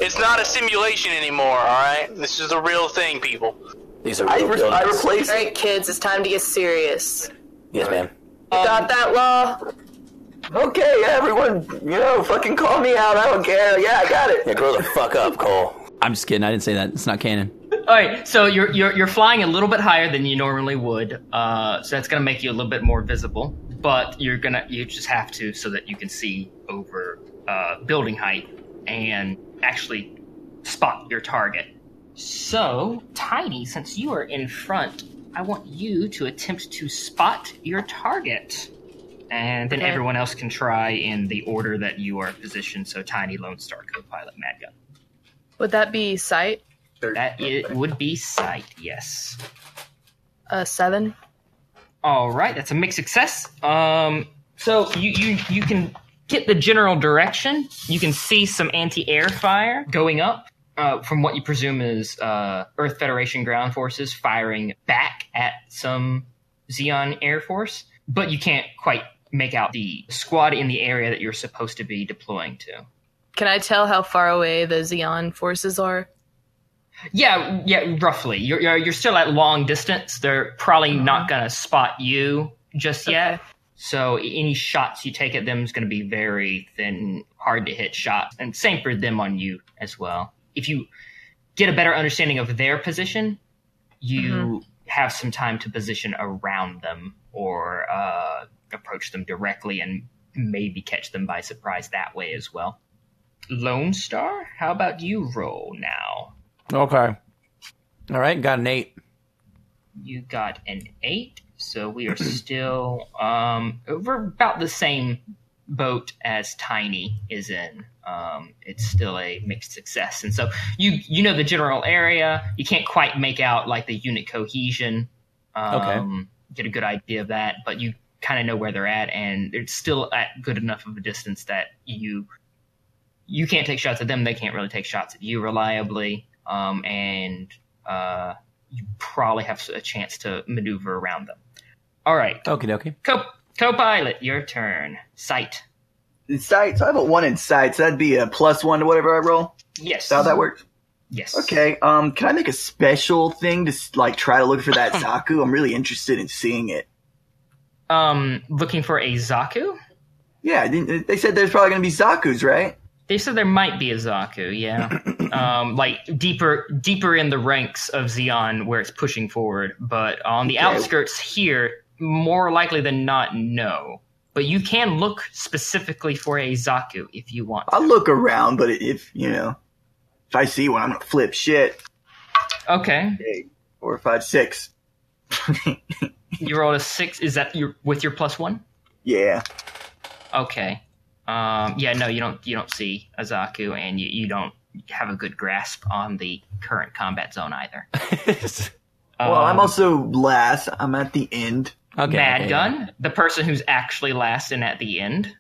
[SPEAKER 4] It's not a simulation anymore, alright? This is the real thing, people.
[SPEAKER 6] These are
[SPEAKER 5] I,
[SPEAKER 6] real
[SPEAKER 5] re-
[SPEAKER 6] buildings.
[SPEAKER 5] I replaced.
[SPEAKER 7] All right, kids, it's time to get serious.
[SPEAKER 6] yes, ma'am.
[SPEAKER 7] Got that, Law?
[SPEAKER 5] um, Okay, everyone, you know, fucking call me out. I don't care. Yeah, I got it.
[SPEAKER 6] grow the fuck up, Cole. I'm just kidding. I didn't say that. It's not canon.
[SPEAKER 3] All right, so you're, you're you're flying a little bit higher than you normally would, uh, so that's gonna make you a little bit more visible. But you're gonna you just have to so that you can see over uh, building height and actually spot your target. So Tiny, since you are in front, I want you to attempt to spot your target, and then
[SPEAKER 7] Okay.
[SPEAKER 3] everyone else can try in the order that you are positioned. So Tiny, Lone Star, Copilot, Mad Gun.
[SPEAKER 7] Would that be sight?
[SPEAKER 3] That it would be sight. Yes.
[SPEAKER 7] Uh, seven.
[SPEAKER 3] All right, that's a mixed success. Um, so you, you you can get the general direction. You can see some anti-air fire going up uh, from what you presume is uh, Earth Federation ground forces firing back at some Xeon Air Force, but you can't quite make out the squad in the area that you're supposed to be deploying to.
[SPEAKER 7] Can I tell how far away the Xeon forces are?
[SPEAKER 3] Yeah, yeah, roughly. You're you're, you're still at long distance. They're probably not gonna spot you just yet. So any shots you take at them is gonna be very thin, hard to hit shots, and same for them on you as well. If you get a better understanding of their position, you have some time to position around them or uh, approach them directly and maybe catch them by surprise that way as well. Lone Star, how about you roll now?
[SPEAKER 6] Okay. All right. Got an eight.
[SPEAKER 3] you got an eight so we are still um we're about the same boat as tiny is in um it's still a mixed success and so you you know the general area you can't quite make out like the unit cohesion um get a good idea of that but you kind of know where they're at and it's still at good enough of a distance that you you can't take shots at them they can't really take shots at you reliably um and uh you probably have a chance to maneuver around them. All right,
[SPEAKER 6] Okie dokie.
[SPEAKER 3] co co-pilot, your turn. Sight.
[SPEAKER 5] It's sight. So I have a one in sight. So that'd be a plus one to whatever I roll.
[SPEAKER 3] Yes.
[SPEAKER 5] Is that how that works?
[SPEAKER 3] Yes.
[SPEAKER 5] Okay. Um, can I make a special thing to s- like try to look for that Zaku? I'm really interested in seeing it.
[SPEAKER 3] Um, looking for a Zaku.
[SPEAKER 5] Yeah, didn't- they said there's probably going to be Zaku's, right?
[SPEAKER 3] They said there might be a Zaku, yeah. um, like deeper deeper in the ranks of Xeon where it's pushing forward, but on the outskirts here, more likely than not, no. But you can look specifically for a Zaku if you want.
[SPEAKER 5] I'll look around, but if you know, if I see one, I'm going to flip shit.
[SPEAKER 3] Okay,
[SPEAKER 5] Eight, four, five, six.
[SPEAKER 3] you rolled a six. Is that your with your plus one?
[SPEAKER 5] Yeah,
[SPEAKER 3] Okay. Um, yeah, no, you don't. You don't see a Zaku, and you, you don't have a good grasp on the current combat zone either.
[SPEAKER 5] Well,
[SPEAKER 3] Um,
[SPEAKER 5] I'm also last. I'm at the end.
[SPEAKER 6] okay,
[SPEAKER 3] Mad
[SPEAKER 6] okay.
[SPEAKER 3] Gun, the person who's actually last and at the end.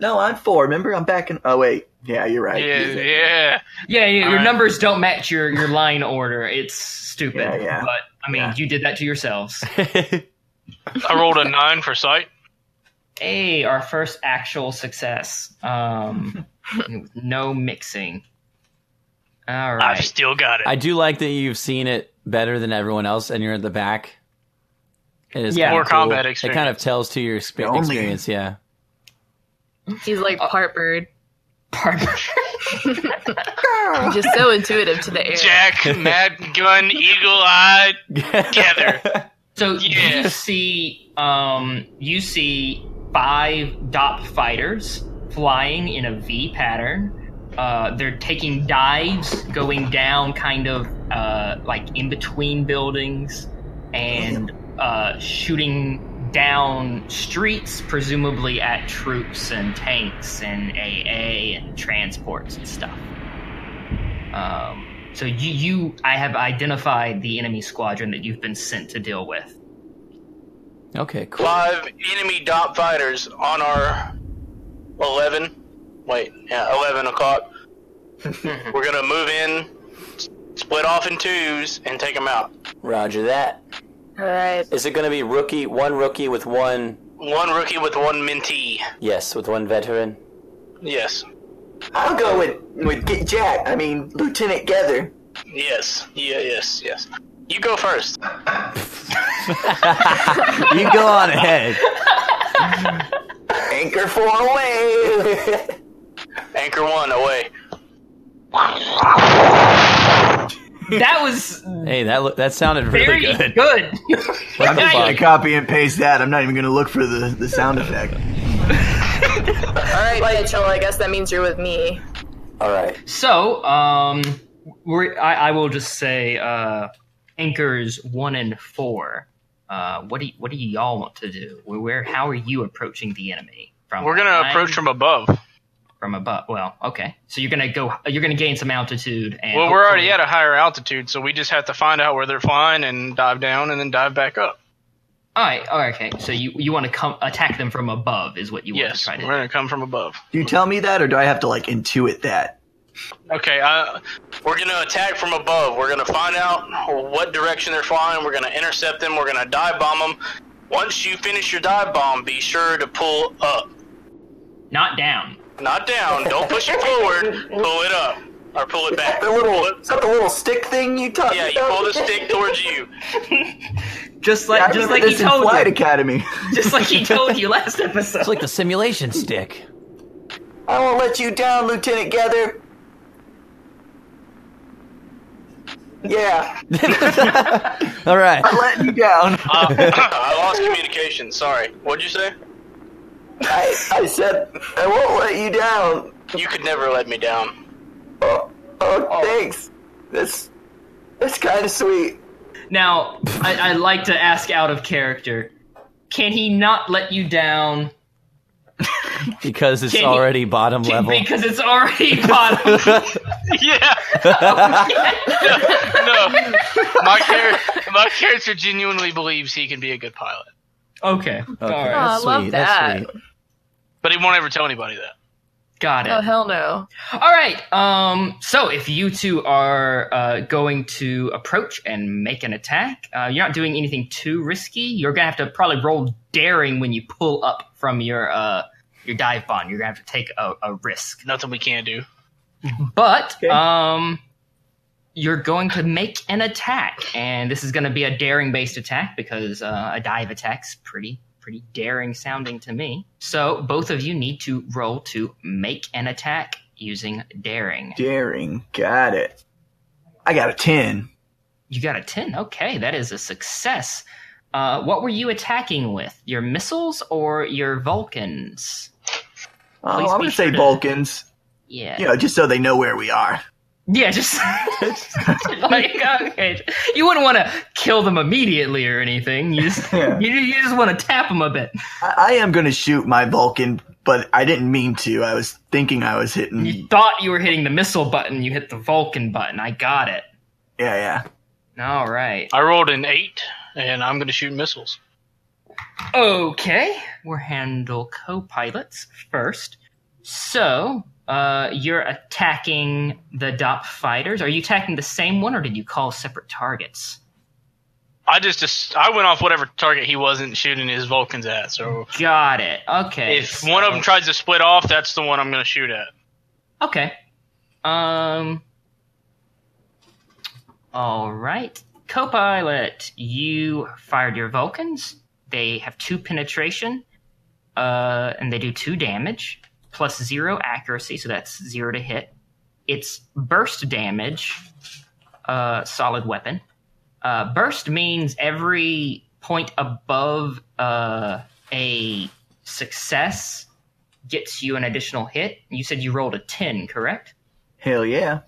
[SPEAKER 5] No, I'm four. Remember, I'm back in. Oh wait, yeah, you're right.
[SPEAKER 4] Yeah, yeah.
[SPEAKER 3] Yeah, yeah your
[SPEAKER 4] right.
[SPEAKER 3] numbers don't match your, your line order. It's stupid.
[SPEAKER 5] Yeah, yeah.
[SPEAKER 3] But I mean,
[SPEAKER 5] Yeah.
[SPEAKER 3] you did that to yourselves.
[SPEAKER 4] I rolled a nine for sight.
[SPEAKER 3] hey, our first actual success. Um, no mixing. All
[SPEAKER 4] I've
[SPEAKER 3] right.
[SPEAKER 4] still got it.
[SPEAKER 6] I do like that you've seen it better than everyone else, and you're at the back. It is
[SPEAKER 3] Yeah.
[SPEAKER 6] kinda
[SPEAKER 3] More
[SPEAKER 4] combat
[SPEAKER 6] It kind of tells to your expe-
[SPEAKER 5] The only-
[SPEAKER 6] experience, yeah.
[SPEAKER 7] He's like part bird.
[SPEAKER 3] Pardon.
[SPEAKER 7] Just so intuitive to the air.
[SPEAKER 4] Jack, Mad Gun, Eagle Eye, together.
[SPEAKER 3] So you
[SPEAKER 4] Yeah.
[SPEAKER 3] see, um, you see five DOP fighters flying in a V pattern. Uh, they're taking dives, going down, kind of uh, like in between buildings, and uh, shooting down streets, presumably at troops and tanks and AA and transports and stuff. Um, so you, you, I have identified the enemy squadron that you've been sent to deal with.
[SPEAKER 6] Okay, cool.
[SPEAKER 4] Five enemy dot fighters on our 11. Wait, yeah, 11 o'clock. We're going to move in, s- split off in twos, and take them out.
[SPEAKER 6] Roger that.
[SPEAKER 7] All right.
[SPEAKER 6] Is it going to be rookie, one rookie with one,
[SPEAKER 4] One rookie with one mentee.
[SPEAKER 6] yes, with one veteran?
[SPEAKER 4] Yes.
[SPEAKER 5] I'll go with with G- Jack. I mean, Lieutenant Gether.
[SPEAKER 4] Yes. Yeah, yes, yes. You go first.
[SPEAKER 6] You go on ahead.
[SPEAKER 5] Anchor four away.
[SPEAKER 4] Anchor one away.
[SPEAKER 3] That was
[SPEAKER 6] Hey, that lo- that sounded really
[SPEAKER 3] very
[SPEAKER 6] good.
[SPEAKER 3] good.
[SPEAKER 5] I'm just
[SPEAKER 6] Fuck.
[SPEAKER 5] gonna copy and paste that. I'm not even gonna look for the, the sound effect.
[SPEAKER 7] All right, Mitchell. I guess that means you're with me.
[SPEAKER 6] All right.
[SPEAKER 3] So, um, we're, I, I will just say, uh, anchors one and four. Uh, what do you, what do y'all want to do? Where, where how are you approaching the enemy? From
[SPEAKER 4] We're going to
[SPEAKER 3] behind,
[SPEAKER 4] approach from above.
[SPEAKER 3] from above. Well, okay. So you're gonna go. You're gonna gain some altitude. And
[SPEAKER 4] Well, we're already
[SPEAKER 3] hopefully-
[SPEAKER 4] at a higher altitude, so we just have to find out where they're flying and dive down and then dive back up.
[SPEAKER 3] All right. All right. Okay. So you you want to come attack them from above is what you want to
[SPEAKER 4] Yes,
[SPEAKER 3] try
[SPEAKER 4] we're
[SPEAKER 3] to do.
[SPEAKER 4] going to come from above.
[SPEAKER 5] Do you tell me that, or do I have to like intuit that?
[SPEAKER 4] Okay, uh, we're going to attack from above. We're going to find out what direction they're flying. We're going to intercept them. We're going to dive bomb them. Once you finish your dive bomb, be sure to pull up,
[SPEAKER 3] Not down.
[SPEAKER 4] not down. Don't push it forward. Pull it up or pull it back. Pull it-
[SPEAKER 5] that the little stick thing you talked
[SPEAKER 4] yeah, you pull the stick towards you.
[SPEAKER 3] Just like
[SPEAKER 5] I
[SPEAKER 3] just
[SPEAKER 5] remember
[SPEAKER 3] like he
[SPEAKER 5] this in
[SPEAKER 3] told
[SPEAKER 5] Flight
[SPEAKER 3] you.
[SPEAKER 5] Academy.
[SPEAKER 3] Just like he told you last episode.
[SPEAKER 6] It's like the simulation stick.
[SPEAKER 5] I won't let you down, Lieutenant Gether. Yeah,
[SPEAKER 6] All right.
[SPEAKER 5] I'm letting you down.
[SPEAKER 4] Uh, I lost communication. Sorry. What'd you say?
[SPEAKER 5] I, I said I won't let you down.
[SPEAKER 4] You could never let me down.
[SPEAKER 5] Oh, oh, thanks. That's that's kind of sweet.
[SPEAKER 3] Now, I, I like to ask out of character. Can he not let you down?
[SPEAKER 6] Because it's
[SPEAKER 3] Can you-
[SPEAKER 6] already bottom level.
[SPEAKER 3] Because it's already bottom.
[SPEAKER 4] Yeah. no, no. My, char- my character genuinely believes he can be a good pilot,
[SPEAKER 3] okay. All right.
[SPEAKER 7] Aw, I love that.
[SPEAKER 6] That's sweet.
[SPEAKER 4] but he won't ever tell anybody that.
[SPEAKER 3] Got it.
[SPEAKER 7] Oh hell no.
[SPEAKER 3] All right. Um. So if you two are uh, going to approach and make an attack, uh, you're not doing anything too risky. You're gonna have to probably roll daring when you pull up from your uh your dive bomb. You're gonna have to take a, a risk.
[SPEAKER 4] Nothing we can do.
[SPEAKER 3] But um, you're going to make an attack, and this is going to be a daring based attack because uh, a dive attack's pretty pretty daring sounding to me. So both of you need to roll to make an attack using daring.
[SPEAKER 5] Daring. Got it. I got a 10.
[SPEAKER 3] You got a 10. Okay, that is a success. Uh, what were you attacking with? Your missiles or your Vulcans?
[SPEAKER 5] Oh,
[SPEAKER 3] Please
[SPEAKER 5] I'm
[SPEAKER 3] be
[SPEAKER 5] going to say
[SPEAKER 3] sure to-
[SPEAKER 5] Vulcans.
[SPEAKER 3] Yeah.
[SPEAKER 5] You know, just so they know where we are.
[SPEAKER 3] Yeah, just like okay, you wouldn't want to kill them immediately or anything. You just
[SPEAKER 5] Yeah.
[SPEAKER 3] you, you just want to tap them a bit.
[SPEAKER 5] I, I am going to shoot my Vulcan, but I didn't mean to. I was thinking I was hitting. Yeah,
[SPEAKER 3] You thought you were hitting the missile button, you hit the Vulcan button. I got it.
[SPEAKER 5] yeah.
[SPEAKER 3] All right.
[SPEAKER 4] I rolled an eight, and I'm going to shoot missiles.
[SPEAKER 3] Okay, we'll handle co-pilots first. So, uh, you're attacking the DOP fighters. Are you attacking the same one, or did you call separate targets?
[SPEAKER 4] I just, just I went off whatever target he wasn't shooting his Vulcans at. So
[SPEAKER 3] Got it. Okay.
[SPEAKER 4] if one of them tries to split off, that's the one I'm going to shoot at.
[SPEAKER 3] Okay. Um. All right, Copilot, you fired your Vulcans. They have two penetration, uh, and they do two damage plus zero accuracy, so that's zero to hit. It's burst damage, uh, solid weapon. Uh, burst means every point above uh, a success gets you an additional hit. You said you rolled a 10, correct?
[SPEAKER 5] Hell yeah.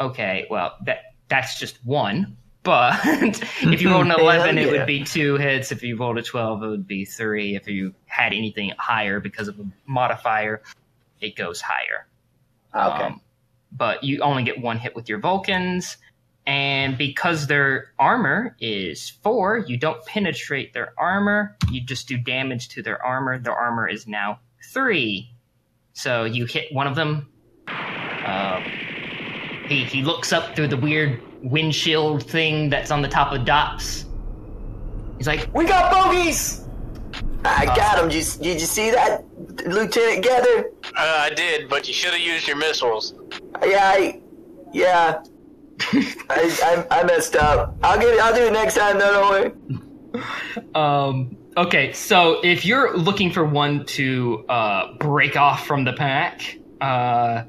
[SPEAKER 3] Okay, well, that that's just one. But if you rolled an 11, it
[SPEAKER 5] Hell yeah.
[SPEAKER 3] would be two hits. If you rolled a 12, it would be three. If you had anything higher because of a modifier, it goes higher.
[SPEAKER 5] Okay.
[SPEAKER 3] Um, but you only get one hit with your Vulcans. And because their armor is four, you don't penetrate their armor. You just do damage to their armor. Their armor is now three. So you hit one of them. Um, he, he looks up through the weird windshield thing that's on the top of Dops. He's like,
[SPEAKER 8] We got bogeys!
[SPEAKER 5] I got him. You, did you see that, Lieutenant Gather?
[SPEAKER 9] Uh, I did, but you should have used your missiles.
[SPEAKER 5] Yeah, I, yeah. I, I, I messed up. I'll give. I'll do it next time. though, Don't worry.
[SPEAKER 3] Um, okay, so if you're looking for one to uh, break off from the pack, uh,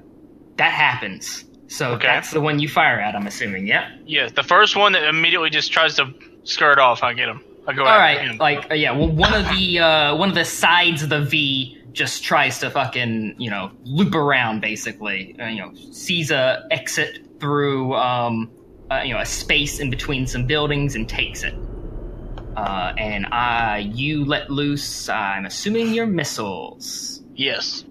[SPEAKER 3] that happens. So
[SPEAKER 4] Okay.
[SPEAKER 3] that's the one you fire at, I'm assuming, yeah?
[SPEAKER 4] Yes, the first one that immediately just tries to skirt off, I get him. I go
[SPEAKER 3] All
[SPEAKER 4] after
[SPEAKER 3] right,
[SPEAKER 4] him.
[SPEAKER 3] like, uh, yeah, well, one of the, uh, one of the sides of the V just tries to fucking, you know, loop around, basically. Uh, you know, sees a exit through, um, uh, you know, a space in between some buildings and takes it. Uh, and uh, you let loose, I'm assuming, your missiles.
[SPEAKER 4] yes,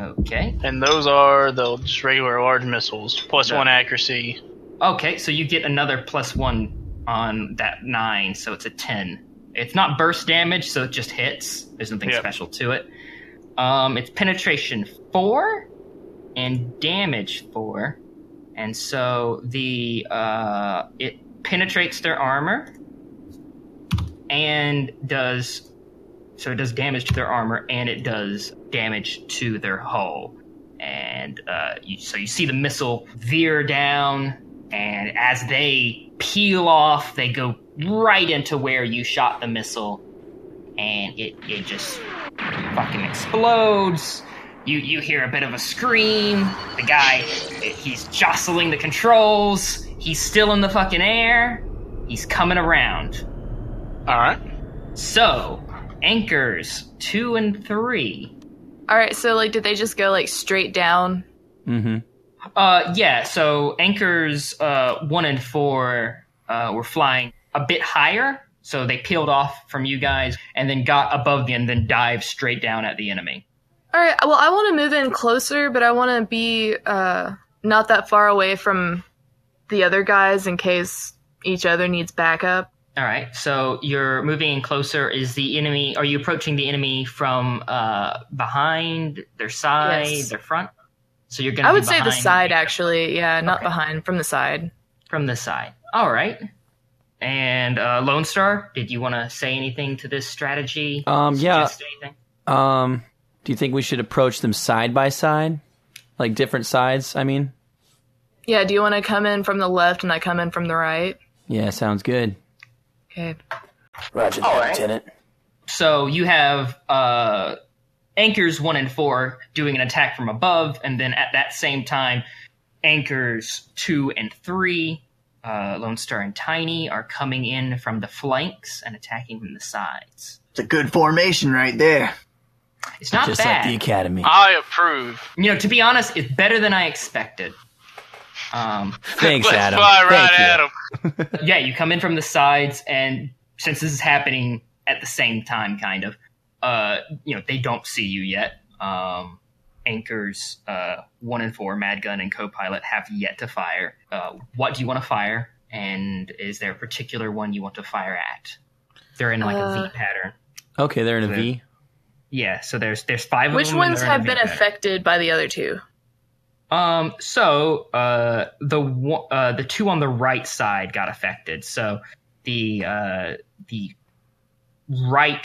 [SPEAKER 3] Okay.
[SPEAKER 4] and those are the just regular large missiles, plus
[SPEAKER 3] Yeah.
[SPEAKER 4] one accuracy.
[SPEAKER 3] Okay, so you get another plus one on that nine, so it's a ten. It's not burst damage, so it just hits. There's nothing
[SPEAKER 4] Yep.
[SPEAKER 3] special to it. Um, it's penetration four and damage four, and so the uh, it penetrates their armor and does so it does damage to their armor and it does damage to their hull and uh, you, so you see the missile veer down, and as they peel off, they go right into where you shot the missile, and it, it just fucking explodes. You you hear a bit of a scream. The guy he's jostling the controls. He's still in the fucking air. He's coming around.
[SPEAKER 4] All right.
[SPEAKER 3] So anchors two and three.
[SPEAKER 7] All right, so like, did they just go like straight down?
[SPEAKER 6] Mm-hmm.
[SPEAKER 3] Uh, yeah. So anchors uh, one and four uh, were flying a bit higher, so they peeled off from you guys and then got above the and then dived straight down at the enemy.
[SPEAKER 7] All right, well, I want to move in closer, but I want to be uh, not that far away from the other guys in case each other needs backup.
[SPEAKER 3] All right. So you're moving in closer. Is the enemy? Are you approaching the enemy from uh, behind their side,
[SPEAKER 7] Yes.
[SPEAKER 3] their front? So you're gonna.
[SPEAKER 7] I
[SPEAKER 3] be
[SPEAKER 7] would say the
[SPEAKER 3] behind-
[SPEAKER 7] side, actually. Yeah, not
[SPEAKER 3] Okay.
[SPEAKER 7] behind, from the side.
[SPEAKER 3] from the side. All right. And uh, Lone Star, did you want to say anything to this strategy?
[SPEAKER 6] Um, yeah.
[SPEAKER 3] Suggest Anything?
[SPEAKER 6] Um, do you think we should approach them side by side, like different sides? I mean,
[SPEAKER 7] Yeah, do you want to come in from the left and I come in from the right?
[SPEAKER 6] yeah, sounds good.
[SPEAKER 7] Okay.
[SPEAKER 9] Roger
[SPEAKER 8] All right.
[SPEAKER 9] Lieutenant.
[SPEAKER 3] So you have uh, anchors one and four doing an attack from above, and then at that same time, anchors two and three, uh, Lone Star and Tiny, are coming in from the flanks and attacking from the sides.
[SPEAKER 5] It's a good formation right there.
[SPEAKER 3] It's not
[SPEAKER 6] Just
[SPEAKER 3] bad.
[SPEAKER 6] like the academy.
[SPEAKER 4] I approve.
[SPEAKER 3] you know, to be honest, it's better than I expected. Um,
[SPEAKER 6] Thanks,
[SPEAKER 4] Let's
[SPEAKER 6] Adam.
[SPEAKER 4] fly right
[SPEAKER 6] Thank you.
[SPEAKER 4] at him.
[SPEAKER 3] yeah, you come in from the sides, and since this is happening at the same time, kind of, uh, you know, they don't see you yet. Um, anchors uh, one and four, Mad Gun and Copilot have yet to fire. Uh, what do you want to fire? And is there a particular one you want to fire at? They're in like a
[SPEAKER 7] Uh,
[SPEAKER 3] V pattern.
[SPEAKER 6] Okay, they're in a V.
[SPEAKER 3] Yeah, so there's there's five. of
[SPEAKER 7] Which
[SPEAKER 3] them and
[SPEAKER 7] ones
[SPEAKER 3] they're in a
[SPEAKER 7] have
[SPEAKER 3] V
[SPEAKER 7] been
[SPEAKER 3] pattern.
[SPEAKER 7] affected by the other two?
[SPEAKER 3] Um. So, uh, the one- uh, the two on the right side got affected. So, the uh, the right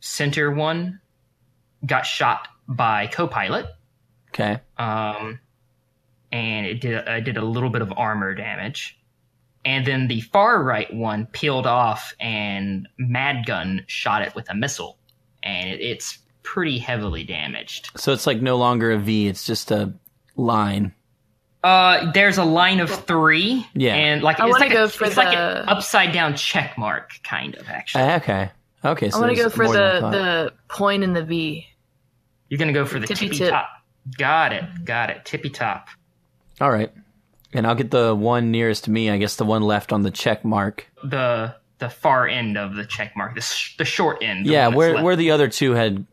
[SPEAKER 3] center one got shot by Copilot.
[SPEAKER 6] Okay.
[SPEAKER 3] Um, and it did uh, did a little bit of armor damage. And then the far right one peeled off, and Mad Gun shot it with a missile, and it, it's pretty heavily damaged.
[SPEAKER 6] So it's like no longer a V, it's just a line.
[SPEAKER 3] Uh, there's a line of three.
[SPEAKER 6] Yeah.
[SPEAKER 3] and like
[SPEAKER 7] I
[SPEAKER 3] it's
[SPEAKER 7] wanna
[SPEAKER 3] like
[SPEAKER 7] go
[SPEAKER 3] a,
[SPEAKER 7] for
[SPEAKER 3] it's like an
[SPEAKER 7] the-
[SPEAKER 3] upside down check mark, kind of actually.
[SPEAKER 6] Uh, okay. Okay, so
[SPEAKER 7] I want to go
[SPEAKER 6] there's
[SPEAKER 7] for
[SPEAKER 6] more than I
[SPEAKER 7] the
[SPEAKER 6] thought.
[SPEAKER 7] the point in the V.
[SPEAKER 3] You're gonna go for the tippy,
[SPEAKER 7] Tippy tip.
[SPEAKER 3] top. Got it, got it. Tippy top.
[SPEAKER 6] All right. And I'll get the one nearest to me, I guess the one left on the check mark.
[SPEAKER 3] The the far end of the check mark. The sh- the short end. the
[SPEAKER 6] yeah,
[SPEAKER 3] one that's
[SPEAKER 6] where
[SPEAKER 3] left.
[SPEAKER 6] where Oh. the other two had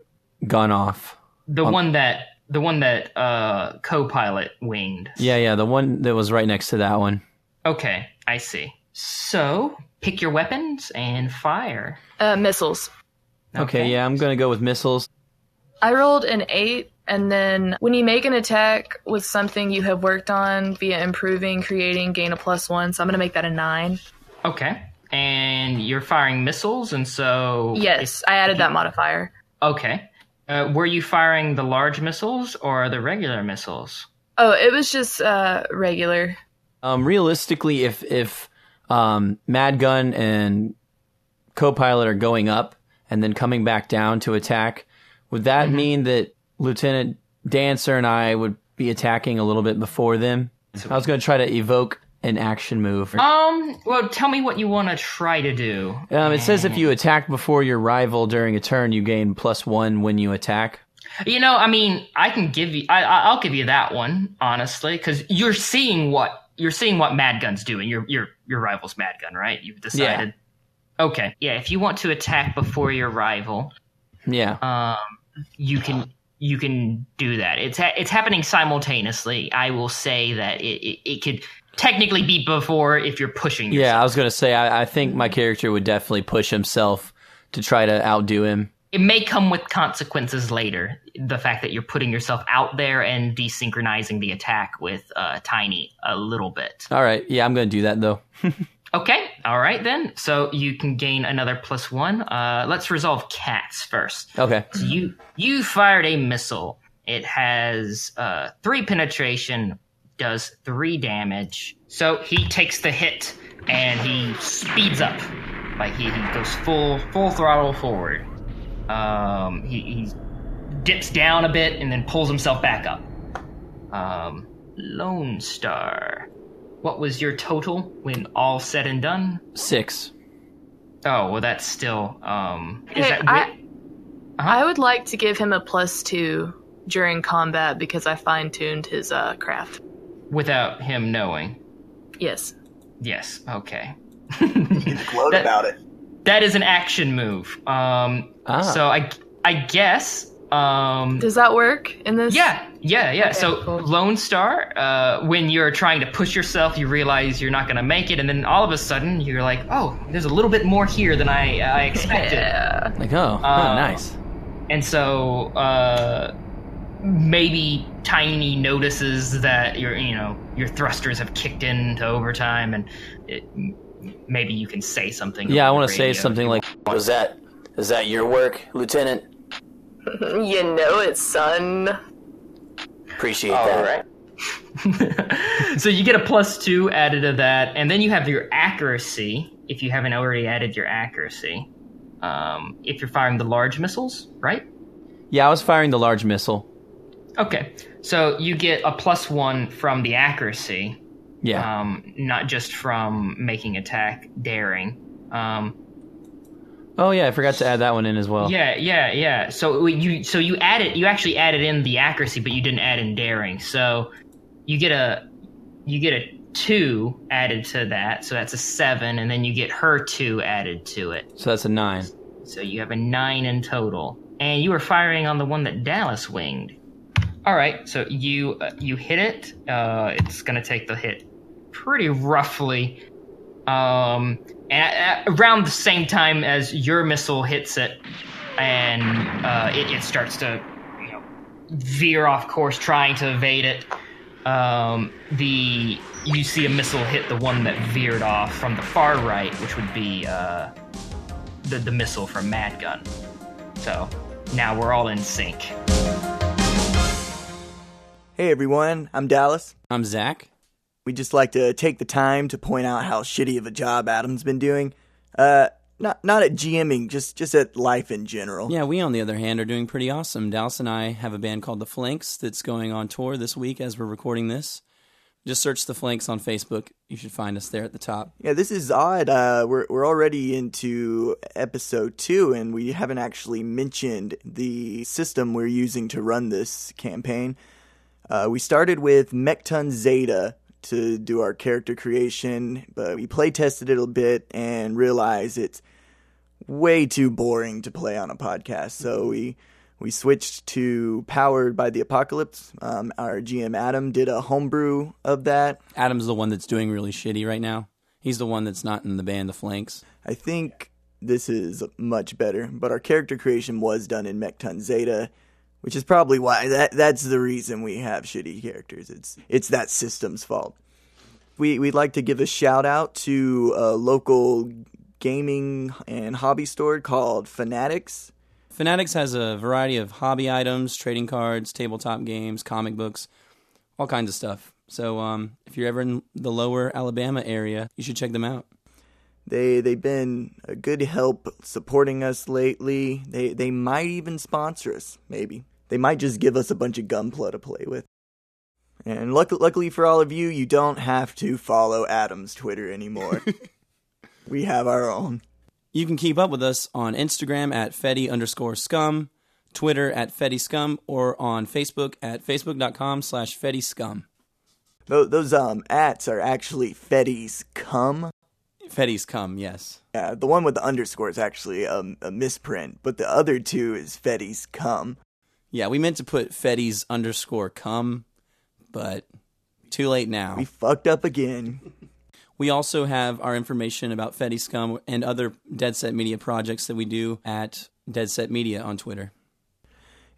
[SPEAKER 6] gone off.
[SPEAKER 3] the one that the one that uh co-pilot winged.
[SPEAKER 6] Yeah, yeah, the one that was right next to that one.
[SPEAKER 3] Okay, I see. So pick your weapons and fire.
[SPEAKER 7] Uh, missiles.
[SPEAKER 6] Okay, yeah, I'm going to go with missiles.
[SPEAKER 7] I rolled an eight, and then when you make an attack with something you have worked on via improving, creating, gain a plus one. So I'm gonna make that a nine.
[SPEAKER 3] Okay. And you're firing missiles, and so
[SPEAKER 7] Yes, I added that modifier.
[SPEAKER 3] Okay. Uh, were you firing the large missiles or the regular missiles?
[SPEAKER 7] Oh, it was just uh, regular.
[SPEAKER 6] Um realistically if if um Mad Gun and Copilot are going up and then coming back down to attack, would that
[SPEAKER 3] Mm-hmm.
[SPEAKER 6] mean that Lieutenant Dancer and I would be attacking a little bit before them? I was going to try to evoke an action move.
[SPEAKER 3] Um, well, tell me what you want to try to do.
[SPEAKER 6] Um, it says if you attack before your rival during a turn, you gain plus one when you attack.
[SPEAKER 3] You know, I mean, I can give you, I, I- I'll give you that one, honestly, because you're seeing what you're seeing what Mad Gun's doing. Your your your rival's Mad Gun, right? You've decided. Okay. Yeah. If you want to attack before your rival,
[SPEAKER 6] Yeah.
[SPEAKER 3] um, you can you can do that. It's ha- it's happening simultaneously. I will say that it, it, it could technically be before if you're pushing. Yourself.
[SPEAKER 6] Yeah, I was going to say, I, I think my character would definitely push himself to try to outdo him.
[SPEAKER 3] it may come with consequences later. The fact that you're putting yourself out there and desynchronizing the attack with uh, Tiny a little bit.
[SPEAKER 6] All right. Yeah, I'm going to do that, though.
[SPEAKER 3] Okay, all right then. So you can gain another plus one. Uh, let's resolve cats first.
[SPEAKER 6] Okay.
[SPEAKER 3] So you you fired a missile. It has uh, three penetration, does three damage. So he takes the hit and he speeds up, like he, he goes full full throttle forward. Um, he, he dips down a bit and then pulls himself back up. Um, Lone Star, what was your total when all said and done?
[SPEAKER 6] Six.
[SPEAKER 3] Oh well, that's still um. Is
[SPEAKER 7] Hey,
[SPEAKER 3] that
[SPEAKER 7] I-
[SPEAKER 3] wi-
[SPEAKER 7] I would like to give him a plus two during combat because I fine tuned his uh, craft.
[SPEAKER 3] without him knowing?
[SPEAKER 7] Yes.
[SPEAKER 3] Yes. Okay.
[SPEAKER 5] Gloat
[SPEAKER 3] That-
[SPEAKER 5] about it.
[SPEAKER 3] that is an action move. Um,
[SPEAKER 6] Ah.
[SPEAKER 3] So I, I guess. Um,
[SPEAKER 7] Does that work in this?
[SPEAKER 3] yeah, yeah, yeah.
[SPEAKER 7] Okay,
[SPEAKER 3] so
[SPEAKER 7] cool.
[SPEAKER 3] Lone Star, uh, when you're trying to push yourself, you realize you're not going to make it, and then all of a sudden you're like, oh, there's a little bit more here than I, I expected.
[SPEAKER 6] Like, oh, huh,
[SPEAKER 3] Uh,
[SPEAKER 6] nice.
[SPEAKER 3] And so uh, maybe Tiny notices that your you know your thrusters have kicked into overtime, and it, maybe you can say something.
[SPEAKER 6] Yeah, I
[SPEAKER 3] over
[SPEAKER 6] want
[SPEAKER 3] the
[SPEAKER 6] to say
[SPEAKER 3] radio.
[SPEAKER 6] something like,
[SPEAKER 9] Was that is that your work, Lieutenant?
[SPEAKER 7] You know it, son.
[SPEAKER 9] Appreciate
[SPEAKER 8] All
[SPEAKER 9] that.
[SPEAKER 8] right.
[SPEAKER 3] so you get a plus two added to that, and then you have your accuracy if you haven't already added your accuracy. Um, if you're firing the large missiles, right?
[SPEAKER 6] Yeah, I was firing the large missile.
[SPEAKER 3] Okay, so you get a plus one from the accuracy,
[SPEAKER 6] Yeah.
[SPEAKER 3] um, not just from making attack daring. Um,
[SPEAKER 6] oh yeah, I forgot to add that one in as well.
[SPEAKER 3] Yeah, yeah, yeah. So you so you added you actually added in the accuracy, but you didn't add in daring. So you get a you get a two added to that, so that's a seven, and then you get her two added to it.
[SPEAKER 6] So that's a nine.
[SPEAKER 3] So you have a nine in total, and you were firing on the one that Dallas winged. All right, so you uh, you hit it. Uh, it's gonna take the hit pretty roughly, um, and a- a- around the same time as your missile hits it, and uh, it, it starts to you know veer off course, trying to evade it. Um, the you see a missile hit the one that veered off from the far right, which would be. Uh, the, the missile from Mad Gun. So now we're all in sync.
[SPEAKER 5] Hey everyone, I'm Dallas.
[SPEAKER 6] I'm Zach.
[SPEAKER 5] We'd just like to take the time to point out how shitty of a job Adam's been doing. Uh, not not at GMing, just just at life in general.
[SPEAKER 6] Yeah, we on the other hand are doing pretty awesome. Dallas and I have a band called The Flanks that's going on tour this week as we're recording this. Just search The Flanks on Facebook. You should find us there at the top.
[SPEAKER 5] Yeah, this is odd. Uh, we're we're already into episode two, and we haven't actually mentioned the system we're using to run this campaign. Uh, we started with Mechton Zeta to do our character creation, but we play tested it a bit and realized it's way too boring to play on a podcast. So we we switched to Powered by the Apocalypse. Um, our GM Adam did a homebrew of that.
[SPEAKER 6] Adam's the one that's doing really shitty right now. He's the one that's not in the band The Flanks.
[SPEAKER 5] I think this is much better, but our character creation was done in Mechton Zeta, which is probably why that that's the reason we have shitty characters. It's it's that system's fault. We we'd like to give a shout out to a local gaming and hobby store called Fanatics.
[SPEAKER 6] Fanatics has a variety of hobby items, trading cards, tabletop games, comic books, all kinds of stuff. So um, if you're ever in the lower Alabama area, you should check them out.
[SPEAKER 5] They they've been a good help supporting us lately. They they might even sponsor us, maybe. They might just give us a bunch of gunpla to play with. And luck- luckily for all of you, you don't have to follow Adam's Twitter anymore. we have our own.
[SPEAKER 6] You can keep up with us on Instagram at Fetty underscore scum, Twitter at Fetty scum, or on Facebook at facebook.com slash Fetty scum.
[SPEAKER 5] Those, those um ats are actually Fetty's cum.
[SPEAKER 6] Fetty's cum, yes.
[SPEAKER 5] Yeah, the one with the underscore is actually um, a misprint, but the other two is Fetty's cum.
[SPEAKER 6] Yeah, we meant to put Fetty's underscore cum, but too late now.
[SPEAKER 5] We fucked up again.
[SPEAKER 6] We also have our information about Fetty Scum and other Dead Set Media projects that we do at Dead Set Media on Twitter.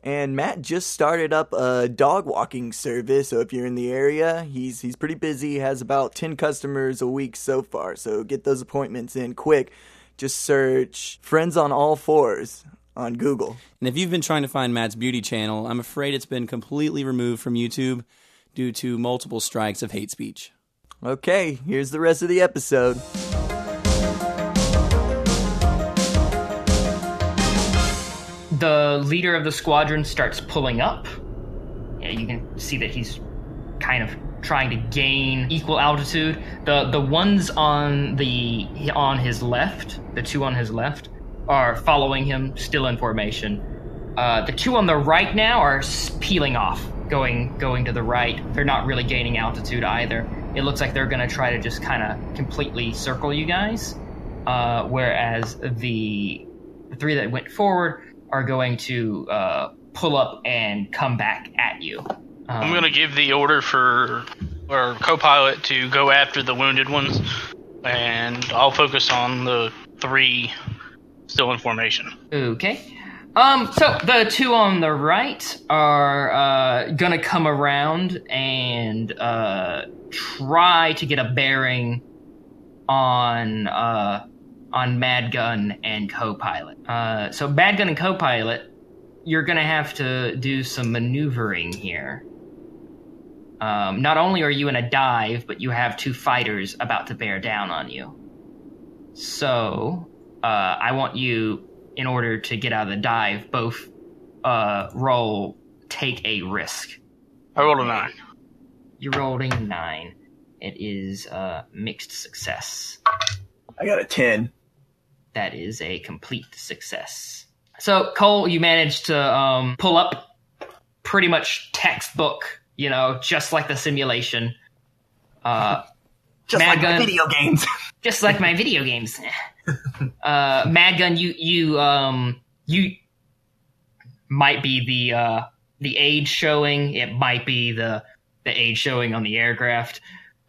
[SPEAKER 5] And Matt just started up a dog walking service, so if you're in the area, he's he's pretty busy, has about 10 customers a week so far. So get those appointments in quick. Just search Friends on All Fours on Google.
[SPEAKER 6] And if you've been trying to find Matt's beauty channel, I'm afraid it's been completely removed from YouTube due to multiple strikes of hate speech.
[SPEAKER 5] Okay, here's the rest of the episode.
[SPEAKER 3] The leader of the squadron starts pulling up. Yeah, you can see that he's kind of trying to gain equal altitude. The the ones on the on his left, the two on his left, are following him, still in formation. Uh, the two on the right now are s- peeling off, going going to the right. They're not really gaining altitude either. It looks like they're going to try to just kind of completely circle you guys, uh, whereas the the three that went forward are going to uh, pull up and come back at you. Um,
[SPEAKER 4] I'm gonna give the order for our co-pilot to go after the wounded ones, and I'll focus on the three still in formation.
[SPEAKER 3] Okay. Um, so the two on the right are uh, gonna come around and uh, try to get a bearing on uh, on Mad Gun and Copilot. Uh, so Mad Gun and Copilot, you're gonna have to do some maneuvering here. Um, not only are you in a dive, but you have two fighters about to bear down on you. So uh, I want you in order to get out of the dive, both uh, roll take a risk.
[SPEAKER 4] I rolled a nine.
[SPEAKER 3] You rolled a nine. It is uh, mixed success.
[SPEAKER 5] I got a 10.
[SPEAKER 3] That is a complete success. So Cole, you managed to um, pull up pretty much textbook, you know, just like the simulation. Uh,
[SPEAKER 5] Just
[SPEAKER 3] Mad
[SPEAKER 5] like my
[SPEAKER 3] Gun.
[SPEAKER 5] video games.
[SPEAKER 3] just like my video games. uh, Mad Gun, you you um you might be the uh, the age showing. It might be the the age showing on the aircraft.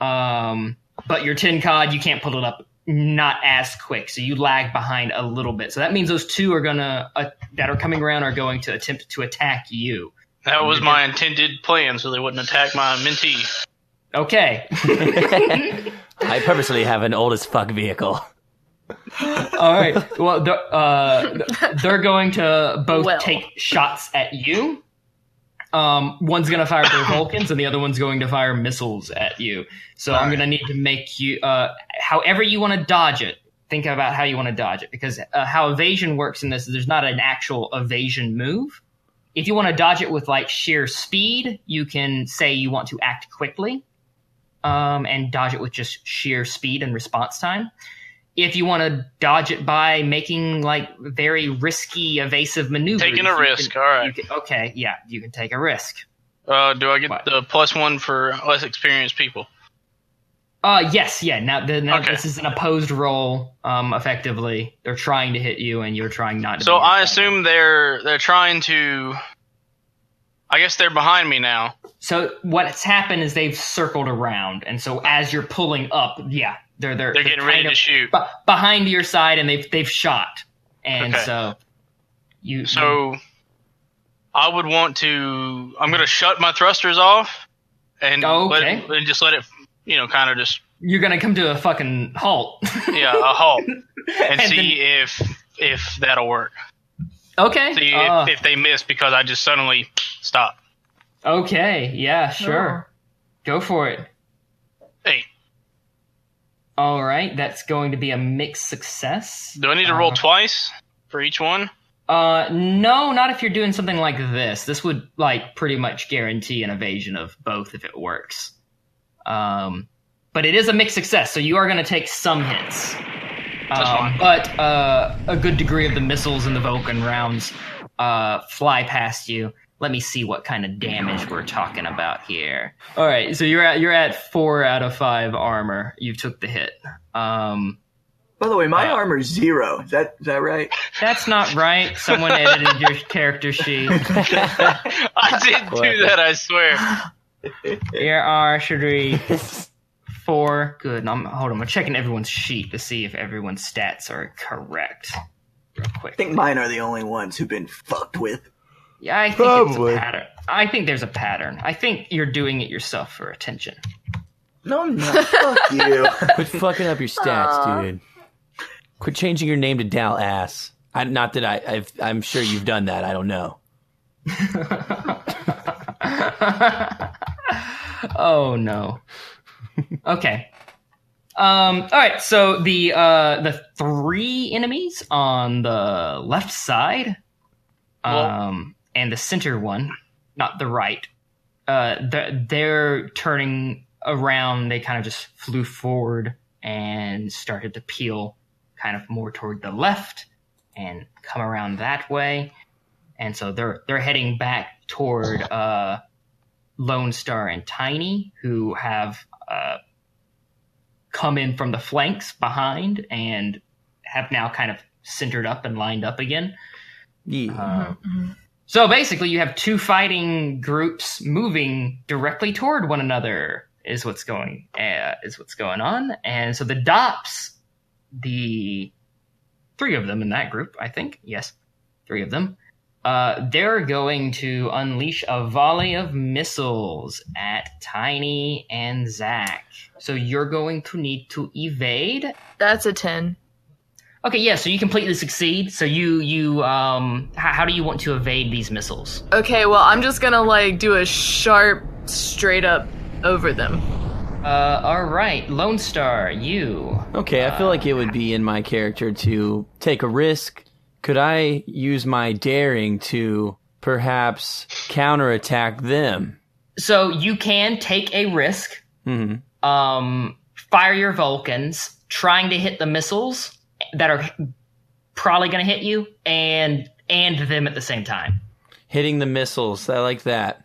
[SPEAKER 3] Um, but your tin cod, you can't pull it up not as quick, so you lag behind a little bit. So that means those two are gonna uh, that are coming around are going to attempt to attack you.
[SPEAKER 4] That was my intended plan, so they wouldn't attack my mentee.
[SPEAKER 3] Okay,
[SPEAKER 6] I purposely have an old as fuck vehicle.
[SPEAKER 3] all right. Well, they're, uh, they're going to both
[SPEAKER 7] Well.
[SPEAKER 3] take shots at you. Um, one's going to fire their Vulcans, and the other one's going to fire missiles at you. So I'm going to need to make you, uh, however you want to dodge it. Think about how you want to dodge it, because uh, how evasion works in this is there's not an actual evasion move. If you want to dodge it with like sheer speed, you can say you want to act quickly, um, and dodge it with just sheer speed and response time if you want to dodge it by making like very risky evasive maneuvers
[SPEAKER 4] Taking a
[SPEAKER 3] you
[SPEAKER 4] risk,
[SPEAKER 3] can-
[SPEAKER 4] all right.
[SPEAKER 3] you can- okay yeah you can take a risk
[SPEAKER 4] Uh, do I get
[SPEAKER 3] What?
[SPEAKER 4] the plus one for less experienced people?
[SPEAKER 3] uh yes yeah now, the, now
[SPEAKER 4] Okay.
[SPEAKER 3] this is an opposed roll um effectively they're trying to hit you and you're trying not to
[SPEAKER 4] So
[SPEAKER 3] be
[SPEAKER 4] I
[SPEAKER 3] attacked.
[SPEAKER 4] assume they're they're trying to. I guess they're behind me now.
[SPEAKER 3] so what's happened is they've circled around and so as you're pulling up yeah they're they're,
[SPEAKER 4] They're getting ready
[SPEAKER 3] kind
[SPEAKER 4] to
[SPEAKER 3] of
[SPEAKER 4] shoot.
[SPEAKER 3] be- behind your side and they've they've shot and
[SPEAKER 4] Okay.
[SPEAKER 3] so you
[SPEAKER 4] So I would want to. I'm gonna shut my thrusters off and
[SPEAKER 3] Oh,
[SPEAKER 4] let
[SPEAKER 3] okay.
[SPEAKER 4] it, and just let it. You know, kind of just
[SPEAKER 3] you're gonna come to a fucking halt
[SPEAKER 4] yeah, a halt and,
[SPEAKER 3] And
[SPEAKER 4] see if if that'll work.
[SPEAKER 3] okay
[SPEAKER 4] See
[SPEAKER 3] uh,
[SPEAKER 4] if, if they miss because I just suddenly stop.
[SPEAKER 3] Okay, yeah, sure. Go for it.
[SPEAKER 4] Hey,
[SPEAKER 3] All right, that's going to be a mixed success.
[SPEAKER 4] do I need to
[SPEAKER 3] Uh-huh.
[SPEAKER 4] roll twice for each one?
[SPEAKER 3] Uh no, not if you're doing something like this. This would like pretty much guarantee an evasion of both if it works. Um but it is a mixed success, so you are going to take some hits.
[SPEAKER 4] That's
[SPEAKER 3] Um,
[SPEAKER 4] fine.
[SPEAKER 3] But uh, a good degree of the missiles and the Vulcan rounds uh, fly past you. Let me see what kind of damage we're talking about here. All right, so you're at you're at four out of five armor. You took the hit. Um,
[SPEAKER 5] By the way, my armor's zero. Is that is that right?
[SPEAKER 3] that's not right. Someone edited your character sheet.
[SPEAKER 4] I didn't do that. I swear.
[SPEAKER 3] Here are three, four. Good. I'm hold on. I'm checking everyone's sheet to see if everyone's stats are correct. Real quick.
[SPEAKER 5] I think mine are the only ones who've been fucked with.
[SPEAKER 3] Yeah, I think
[SPEAKER 10] Probably.
[SPEAKER 3] it's a pattern. I think there's a pattern. I think you're doing it yourself for attention.
[SPEAKER 5] No, I'm not. Fuck you.
[SPEAKER 6] Quit fucking up your stats, dude. Quit changing your name to Dal Ass. I, not that I, I've, I'm sure you've done that. I don't know.
[SPEAKER 3] Oh no. okay. Um, all right. So the uh, the three enemies on the left side, um, and the center one, not the right. Uh, they're, they're turning around. They kind of just flew forward and started to peel, kind of more toward the left, and come around that way. And so they're they're heading back toward uh, Lone Star and Tiny, who have uh, come in from the flanks behind and have now kind of centered up and lined up again. Um,
[SPEAKER 6] Yeah.
[SPEAKER 5] Mm-hmm.
[SPEAKER 3] So basically, you have two fighting groups moving directly toward one another. Is what's going uh, is what's going on, and so the Dops, the three of them in that group, I think, yes, three of them, uh, they're going to unleash a volley of missiles at Tiny and Zach. So you're going to need to evade
[SPEAKER 7] That's a 10.
[SPEAKER 3] Okay, yeah. So you completely succeed. So you you um, how, how do you want to evade these missiles?
[SPEAKER 7] Okay, well, I'm just gonna like do a sharp, straight up over them.
[SPEAKER 3] Uh, all right, Lone Star, you.
[SPEAKER 6] Okay, I feel like it would be in my character to take a risk, Could I use my daring to perhaps counterattack them?
[SPEAKER 3] So you can take a risk.
[SPEAKER 6] Mm-hmm.
[SPEAKER 3] Um, fire your Vulcans, trying to hit the missiles that are probably going to hit you and and them at the same time.
[SPEAKER 6] Hitting the missiles. I like that.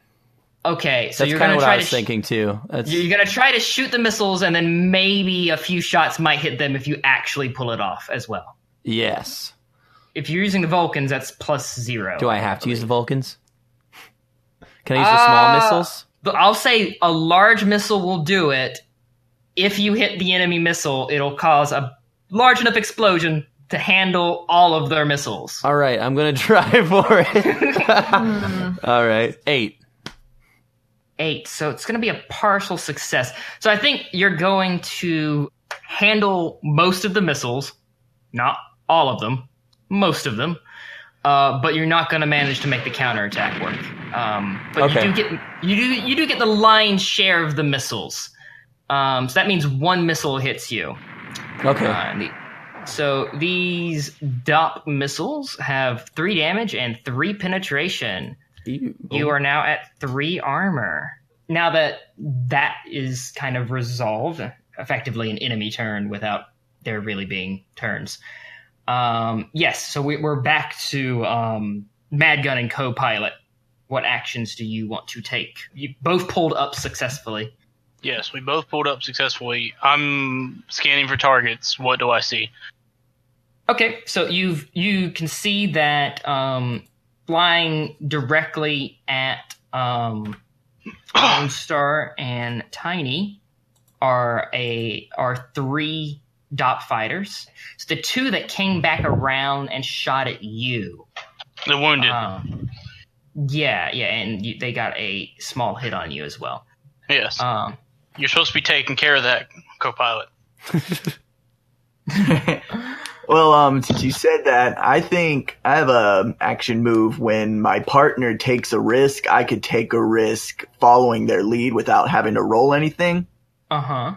[SPEAKER 3] Okay, so
[SPEAKER 6] That's
[SPEAKER 3] you're
[SPEAKER 6] kind
[SPEAKER 3] going
[SPEAKER 6] of
[SPEAKER 3] to
[SPEAKER 6] what
[SPEAKER 3] try
[SPEAKER 6] I
[SPEAKER 3] to
[SPEAKER 6] was
[SPEAKER 3] sh-
[SPEAKER 6] thinking too. That's,
[SPEAKER 3] you're going to try to shoot the missiles, and then maybe a few shots might hit them if you actually pull it off as well.
[SPEAKER 6] yes.
[SPEAKER 3] If you're using the Vulcans, that's plus zero.
[SPEAKER 6] Do I have to use the Vulcans? Can I use the small
[SPEAKER 3] Uh,
[SPEAKER 6] missiles?
[SPEAKER 3] But I'll say a large missile will do it. If you hit the enemy missile, it'll cause a large enough explosion to handle all of their missiles.
[SPEAKER 6] All right, I'm gonna try for it. All right, eight.
[SPEAKER 3] Eight. So it's going to be a partial success. So I think you're going to handle most of the missiles, not all of them, most of them. Uh, but you're not going to manage to make the counterattack work. Um, but
[SPEAKER 6] Okay.
[SPEAKER 3] you do get you do you do get the lion's share of the missiles. Um, so that means one missile hits you.
[SPEAKER 6] Okay.
[SPEAKER 3] Uh, the- so these DOP missiles have three damage and three penetration. You
[SPEAKER 6] Oh.
[SPEAKER 3] are now at three armor. Now that that is kind of resolved, effectively an enemy turn without there really being turns. Um, yes, so we, we're back to um, Mad Gun and Copilot. What actions do you want to take? You both pulled up successfully.
[SPEAKER 4] Yes, we both pulled up successfully. I'm scanning for targets. What do I see?
[SPEAKER 3] Okay, so you've you can see that um, flying directly at um, Lone Star and Tiny are a are three dot fighters. It's the two that came back around and shot at you.
[SPEAKER 4] The wounded.
[SPEAKER 3] Um, yeah, yeah, and you, they got a small hit on you as well.
[SPEAKER 4] yes.
[SPEAKER 3] Um,
[SPEAKER 4] You're supposed to be taking care of that, co-pilot.
[SPEAKER 5] Well, um, since you said that, I think I have a action move. When my partner takes a risk, I could take a risk following their lead without having to roll anything.
[SPEAKER 3] uh huh.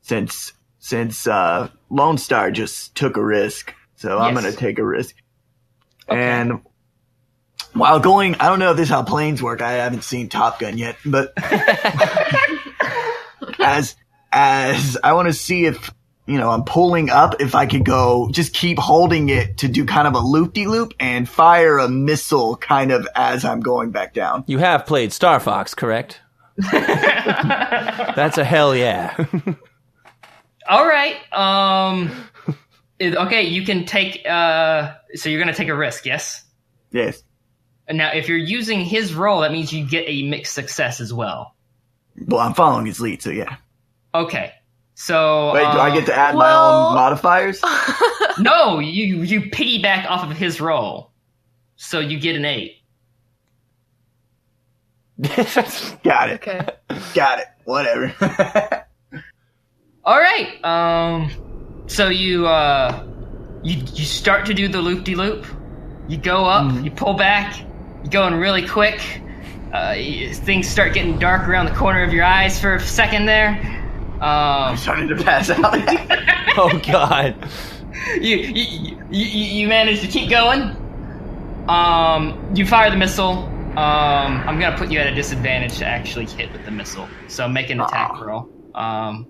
[SPEAKER 5] Since since uh, Lone Star just took a risk, so I'm
[SPEAKER 3] Yes.
[SPEAKER 5] gonna take a risk. And while going, I don't know if this is how planes work. I haven't seen Top Gun yet, but as as I want to see if you know I'm pulling up, if I could go just keep holding it to do kind of a loop de loop and fire a missile kind of as I'm going back down.
[SPEAKER 6] You have played Star Fox, correct? That's a hell yeah.
[SPEAKER 3] All right. Um, it- okay, you can take. Uh, so you're gonna take a risk, yes.
[SPEAKER 5] Yes.
[SPEAKER 3] And Now, if you're using his roll, that means you get a mixed success as well.
[SPEAKER 5] Well, I'm following his lead, so yeah.
[SPEAKER 3] Okay. So
[SPEAKER 5] Wait, do I
[SPEAKER 3] um,
[SPEAKER 5] get to add my
[SPEAKER 7] well-
[SPEAKER 5] own modifiers?
[SPEAKER 3] No, you you piggyback off of his roll, so you get an eight.
[SPEAKER 5] Got it.
[SPEAKER 7] Okay.
[SPEAKER 5] Got it. Whatever.
[SPEAKER 3] All right. Um, so you uh, you you start to do the loop de loop. You go up, you pull back, you're going really quick. Uh, y- things start getting dark around the corner of your eyes for a second there. Um,
[SPEAKER 5] Starting to pass out.
[SPEAKER 6] oh god.
[SPEAKER 3] you, you, you, you manage to keep going. Um, you fire the missile. Um, I'm gonna put you at a disadvantage to actually hit with the missile. So make an attack roll. Um,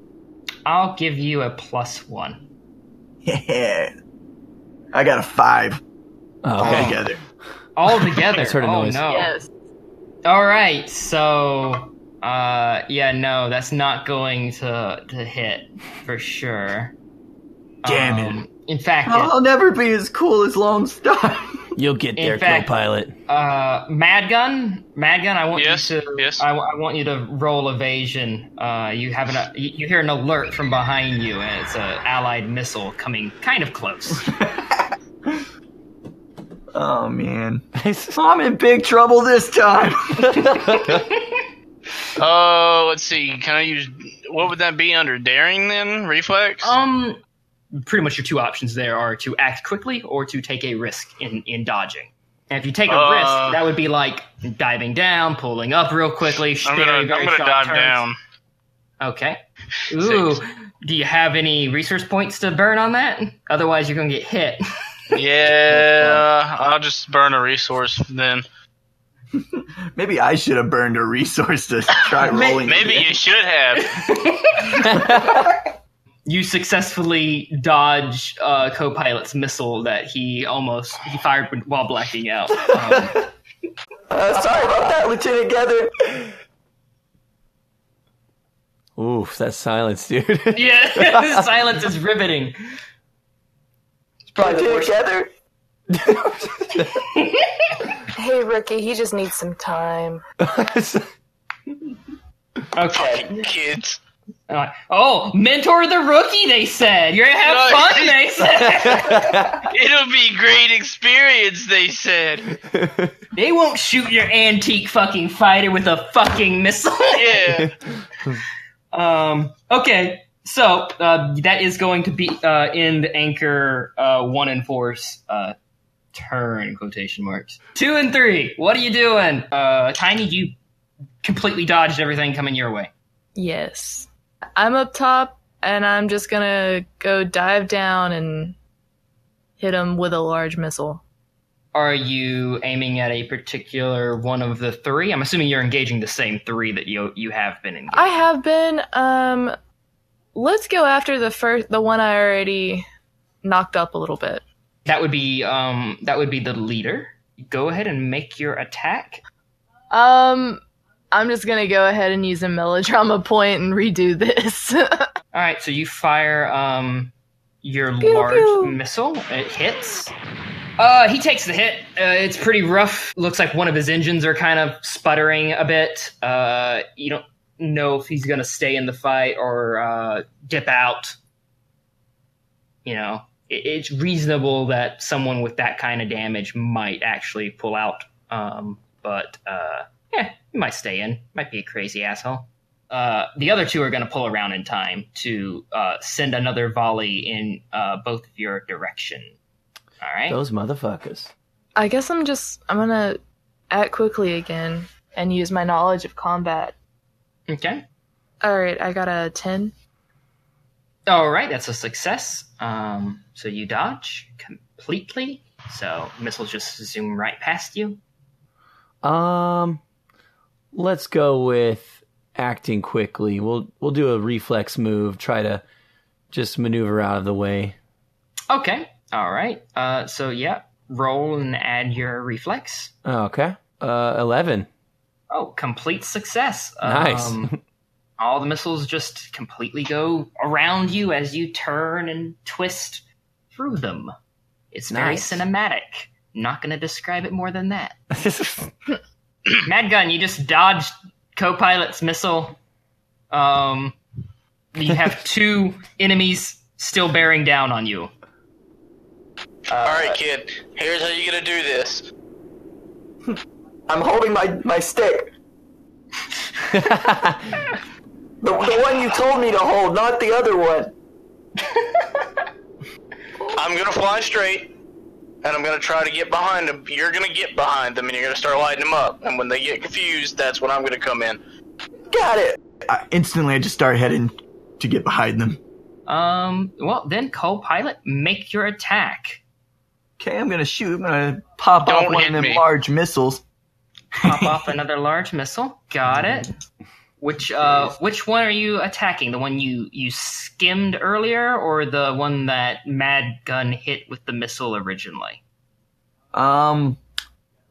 [SPEAKER 3] I'll give you a plus one.
[SPEAKER 5] yeah. I got a five
[SPEAKER 6] Oh, okay.
[SPEAKER 5] altogether.
[SPEAKER 3] All together.
[SPEAKER 6] Just heard a
[SPEAKER 3] oh
[SPEAKER 6] noise.
[SPEAKER 3] no.
[SPEAKER 7] Yes.
[SPEAKER 3] All right. So, uh, yeah, no, that's not going to to hit for sure.
[SPEAKER 5] Damn it.
[SPEAKER 3] Um, In fact, it-
[SPEAKER 5] I'll never be as cool as Lone Star.
[SPEAKER 6] You'll get
[SPEAKER 3] In
[SPEAKER 6] there,
[SPEAKER 3] fact-
[SPEAKER 6] co-pilot.
[SPEAKER 3] uh, Madgun, Madgun, I want
[SPEAKER 4] Yes,
[SPEAKER 3] you to.
[SPEAKER 4] yes.
[SPEAKER 3] I, I want you to roll evasion. Uh, you have an. You you hear an alert from behind you, and it's a allied missile coming kind of close.
[SPEAKER 5] Oh man. I'm in big trouble this time.
[SPEAKER 4] Oh, let's see. Can I use? What would that be under daring then? Reflex.
[SPEAKER 3] um, pretty much your two options there are to act quickly or to take a risk in in dodging. And if you take a
[SPEAKER 4] Uh,
[SPEAKER 3] risk, that would be like diving down, pulling up real quickly.
[SPEAKER 4] I'm gonna.
[SPEAKER 3] very, very
[SPEAKER 4] I'm gonna
[SPEAKER 3] sharp
[SPEAKER 4] dive
[SPEAKER 3] turns.
[SPEAKER 4] down.
[SPEAKER 3] Okay. Ooh, do you have any resource points to burn on that? Otherwise, you're gonna get hit.
[SPEAKER 4] Yeah, I'll just burn a resource then.
[SPEAKER 5] Maybe I should have burned a resource to try rolling.
[SPEAKER 4] Maybe
[SPEAKER 5] again.
[SPEAKER 4] you should have.
[SPEAKER 3] You successfully dodge uh, co-pilot's missile that he almost he fired when- while blacking out. Um,
[SPEAKER 11] Uh, sorry about that, Lieutenant Gather.
[SPEAKER 6] Oof, that silence, dude.
[SPEAKER 3] yeah, silence is riveting.
[SPEAKER 12] Probably the worst.
[SPEAKER 11] Gather.
[SPEAKER 7] Hey, Ricky, he just needs some time.
[SPEAKER 3] Okay.
[SPEAKER 4] Kids.
[SPEAKER 3] Uh, oh, mentor the rookie. They said you're gonna have fun. They said
[SPEAKER 4] It'll be great experience, they said.
[SPEAKER 3] they won't shoot your antique fucking fighter with a fucking missile.
[SPEAKER 4] Yeah.
[SPEAKER 3] Um, okay, so uh, that is going to be uh, end anchor uh, one and four's uh, turn quotation marks. Two and three. What are you doing, uh, Tiny? You completely dodged everything coming your way.
[SPEAKER 7] Yes. I'm up top, and I'm just gonna go dive down and hit him with a large missile.
[SPEAKER 3] Are you aiming at a particular one of the three? I'm assuming you're engaging the same three that you you have been engaging.
[SPEAKER 7] I have been. Um, let's go after the first, the one I already knocked up a little bit.
[SPEAKER 3] That would be um that would be the leader. Go ahead and make your attack.
[SPEAKER 7] Um, I'm just gonna go ahead and use a melodrama point and redo this.
[SPEAKER 3] All right, so you fire um your
[SPEAKER 7] Pew,
[SPEAKER 3] large
[SPEAKER 7] pew.
[SPEAKER 3] missile. It hits. Uh, he takes the hit. Uh, it's pretty rough. Looks like one of his engines are kind of sputtering a bit. Uh, you don't know if he's gonna stay in the fight or uh, dip out. You know, it, it's reasonable that someone with that kind of damage might actually pull out. Um, but uh, yeah, he might stay in. Might be a crazy asshole uh, the other two are going to pull around in time to uh, send another volley in uh, both of your direction. All right.
[SPEAKER 6] Those motherfuckers.
[SPEAKER 7] I guess I'm just I'm gonna act quickly again and use my knowledge of combat.
[SPEAKER 3] Okay.
[SPEAKER 7] All right, I got a ten.
[SPEAKER 3] All right. That's a success. Um, so you dodge completely. So missiles just zoom right past you.
[SPEAKER 6] Um, let's go with acting quickly. We'll we'll do a reflex move. Try to just maneuver out of the way.
[SPEAKER 3] Okay. All right. Uh, so yeah, roll and add your reflex.
[SPEAKER 6] Okay. Uh, eleven.
[SPEAKER 3] Oh, complete success.
[SPEAKER 6] Nice.
[SPEAKER 3] Um, all the missiles just completely go around you as you turn and twist through them. It's very
[SPEAKER 6] Nice.
[SPEAKER 3] cinematic. Not going to describe it more than that. Mad Gun, you just dodged co-pilot's missile. Um, you have two enemies still bearing down on you.
[SPEAKER 11] All right, kid. Here's how you're gonna do this.
[SPEAKER 12] I'm holding my, my stick. the, the one you told me to hold, not the other one.
[SPEAKER 11] I'm gonna fly straight, and I'm gonna try to get behind them. You're gonna get behind them, and you're gonna start lighting them up. And when they get confused, that's when I'm gonna come in.
[SPEAKER 5] Got it. I, instantly, I just start heading to get behind them.
[SPEAKER 3] Um, well, then co-pilot, make your attack.
[SPEAKER 5] Okay, I'm gonna shoot. I'm gonna pop
[SPEAKER 4] Don't
[SPEAKER 5] off one of
[SPEAKER 4] hit
[SPEAKER 5] them
[SPEAKER 4] me.
[SPEAKER 5] large missiles.
[SPEAKER 3] pop off another large missile. Got it. Which uh, which one are you attacking? The one you you skimmed earlier, or the one that Mad Gun hit with the missile originally?
[SPEAKER 5] Um,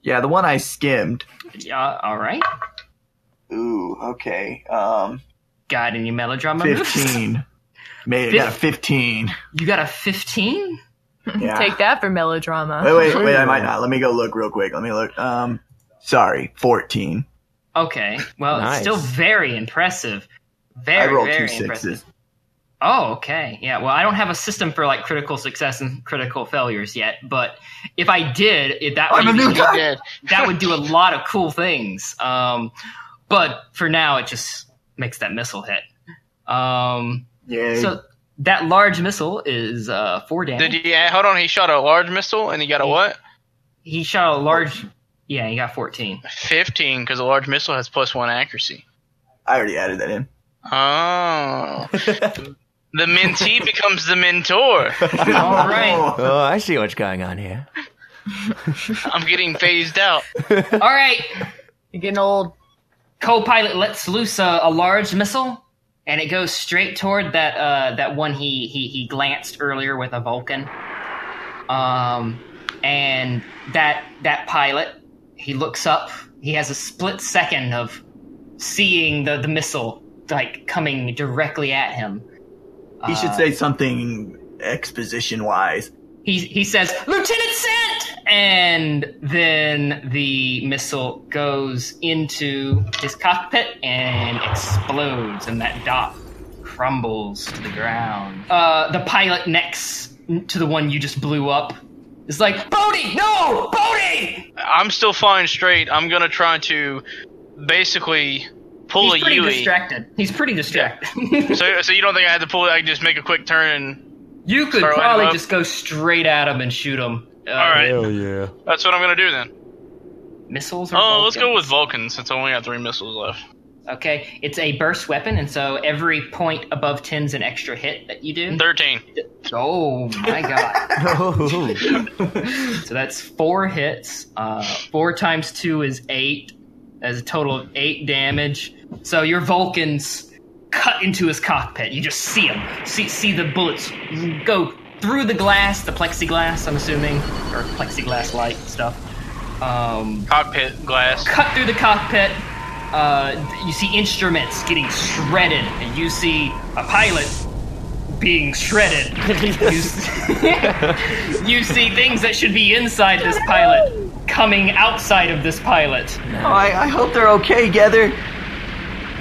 [SPEAKER 5] yeah, the one I skimmed.
[SPEAKER 3] Yeah, all right.
[SPEAKER 5] Ooh, okay. Um,
[SPEAKER 3] Got any melodrama? moves?
[SPEAKER 5] fifteen. Made it. Got a fifteen.
[SPEAKER 3] You got a fifteen.
[SPEAKER 5] Yeah.
[SPEAKER 7] Take that for
[SPEAKER 5] Wait,
[SPEAKER 7] melodrama.
[SPEAKER 5] wait, wait! I might not. Let me go look real quick. Let me look. Um, sorry, fourteen.
[SPEAKER 3] Okay. Well, it's
[SPEAKER 6] Nice.
[SPEAKER 3] still very impressive.
[SPEAKER 5] I
[SPEAKER 3] Very
[SPEAKER 5] rolled
[SPEAKER 3] very
[SPEAKER 5] two
[SPEAKER 3] impressive.
[SPEAKER 5] sixes.
[SPEAKER 3] Oh, okay. Yeah. Well, I don't have a system for like critical success and critical failures yet, but if I did, it, that
[SPEAKER 5] I'm
[SPEAKER 3] would
[SPEAKER 5] Oh, a new
[SPEAKER 3] be
[SPEAKER 5] guy.
[SPEAKER 3] good. that would do a lot of cool things. Um, but for now, it just makes that missile hit. Um,
[SPEAKER 5] Yeah.
[SPEAKER 3] so that large missile is uh, four damage.
[SPEAKER 4] Did he, yeah, hold on, he shot a large missile and he got a what?
[SPEAKER 3] he shot a large. Yeah, he got fourteen.
[SPEAKER 4] 15, because a large missile has plus one accuracy.
[SPEAKER 5] I already added that in.
[SPEAKER 4] Oh. The mentee becomes the mentor.
[SPEAKER 3] All right.
[SPEAKER 6] Oh, I see what's going on here.
[SPEAKER 4] I'm getting phased out.
[SPEAKER 3] All right.
[SPEAKER 7] You're getting old.
[SPEAKER 3] Co-pilot lets loose a, a large missile, and it goes straight toward that uh, that one he, he he glanced earlier with a Vulcan. Um, and that that pilot, he looks up. He has a split second of seeing the the missile like coming directly at him.
[SPEAKER 5] He should say something exposition wise.
[SPEAKER 3] he he says lieutenant sent and then the missile goes into his cockpit and explodes and that dot crumbles to the ground uh, the pilot next to the one you just blew up is like bodie no bodie
[SPEAKER 4] I'm still flying straight. I'm gonna try to basically pull
[SPEAKER 3] he's
[SPEAKER 4] a
[SPEAKER 3] pretty
[SPEAKER 4] Yui.
[SPEAKER 3] distracted he's pretty distracted
[SPEAKER 4] So, so you don't think I had to pull? it? I can just make a quick turn. and
[SPEAKER 3] you could
[SPEAKER 4] Throw him
[SPEAKER 3] probably
[SPEAKER 4] up.
[SPEAKER 3] just go straight at him and shoot him uh,
[SPEAKER 4] All right,
[SPEAKER 6] yeah.
[SPEAKER 4] that's what I'm gonna do then.
[SPEAKER 3] missiles or
[SPEAKER 4] Oh, let's go
[SPEAKER 3] Vulcans?
[SPEAKER 4] with Vulcan since I only got three missiles left.
[SPEAKER 3] Okay, it's a burst weapon, and so every point above 10 is an extra hit that you do.
[SPEAKER 4] Thirteen.
[SPEAKER 3] Oh my god.
[SPEAKER 6] Oh,
[SPEAKER 3] so that's four hits. Uh, four times two is eight. That's a total of eight damage. So your Vulcans cut into his cockpit. You just see him. See, see the bullets go through the glass, the plexiglass, I'm assuming, or plexiglass light stuff. Um,
[SPEAKER 4] Cockpit glass.
[SPEAKER 3] cut through the cockpit. Uh, you see instruments getting shredded, and you see a pilot being shredded. you, s- you see things that should be inside this pilot coming outside of this pilot.
[SPEAKER 5] Oh, I, I hope they're okay, Gether.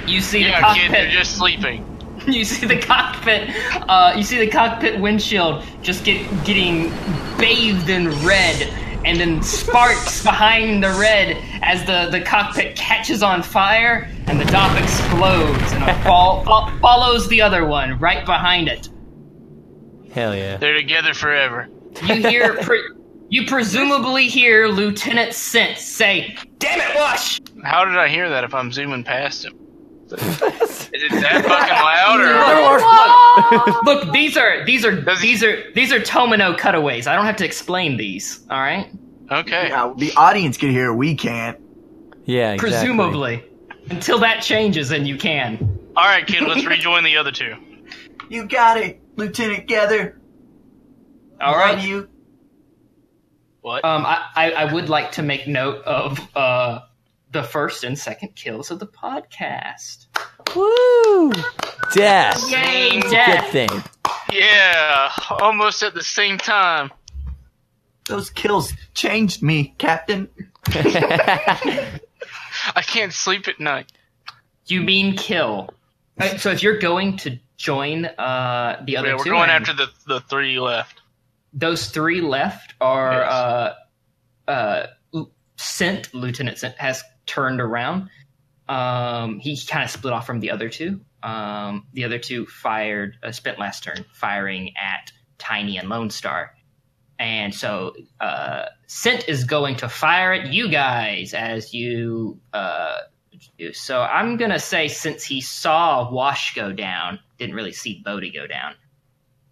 [SPEAKER 3] You see the
[SPEAKER 4] Yeah,
[SPEAKER 3] cockpit.
[SPEAKER 4] kid, you're just sleeping.
[SPEAKER 3] you see the cockpit uh, you see the cockpit windshield just get getting bathed in red and then sparks behind the red as the, the cockpit catches on fire and the dop explodes and it fol- fol- follows the other one right behind it
[SPEAKER 6] hell yeah.
[SPEAKER 4] They're together forever.
[SPEAKER 3] you hear pre- you presumably hear lieutenant Sint say damn it wash
[SPEAKER 4] How did I hear that if I'm zooming past him? Is it that fucking loud or?
[SPEAKER 3] look these are these are
[SPEAKER 4] Does he-
[SPEAKER 3] these are these are tomino cutaways i don't have to explain these all right
[SPEAKER 4] Okay.
[SPEAKER 5] Now, the audience can hear, we can't.
[SPEAKER 6] Yeah, exactly.
[SPEAKER 3] Presumably. Until that changes and you can.
[SPEAKER 4] All right, kid. Let's rejoin the other two.
[SPEAKER 5] You got it, Lieutenant Gether.
[SPEAKER 3] All
[SPEAKER 5] Love
[SPEAKER 3] right.
[SPEAKER 5] you.
[SPEAKER 4] What?
[SPEAKER 3] Um, I, I, I would like to make note of uh, the first and second kills of the podcast.
[SPEAKER 6] Woo! Death.
[SPEAKER 3] Yay,
[SPEAKER 6] Good
[SPEAKER 3] death!
[SPEAKER 6] thing.
[SPEAKER 4] yeah, almost at the same time.
[SPEAKER 5] Those kills changed me, Captain.
[SPEAKER 4] I can't sleep at night.
[SPEAKER 3] You mean kill. Alright, so if you're going to join uh, the other
[SPEAKER 4] Yeah,
[SPEAKER 3] two,
[SPEAKER 4] we're going
[SPEAKER 3] and
[SPEAKER 4] after the the three left.
[SPEAKER 3] those three left are
[SPEAKER 4] Yes.
[SPEAKER 3] uh, uh, L- Scent, Lieutenant Scent, has turned around. Um, he kind of split off from the other two. Um, the other two fired, uh, spent last turn firing at Tiny and Lone Star. And so uh, Scent is going to fire at you guys as you. Uh, do- so I'm going to say, since he saw Wash go down, didn't really see Bodhi go down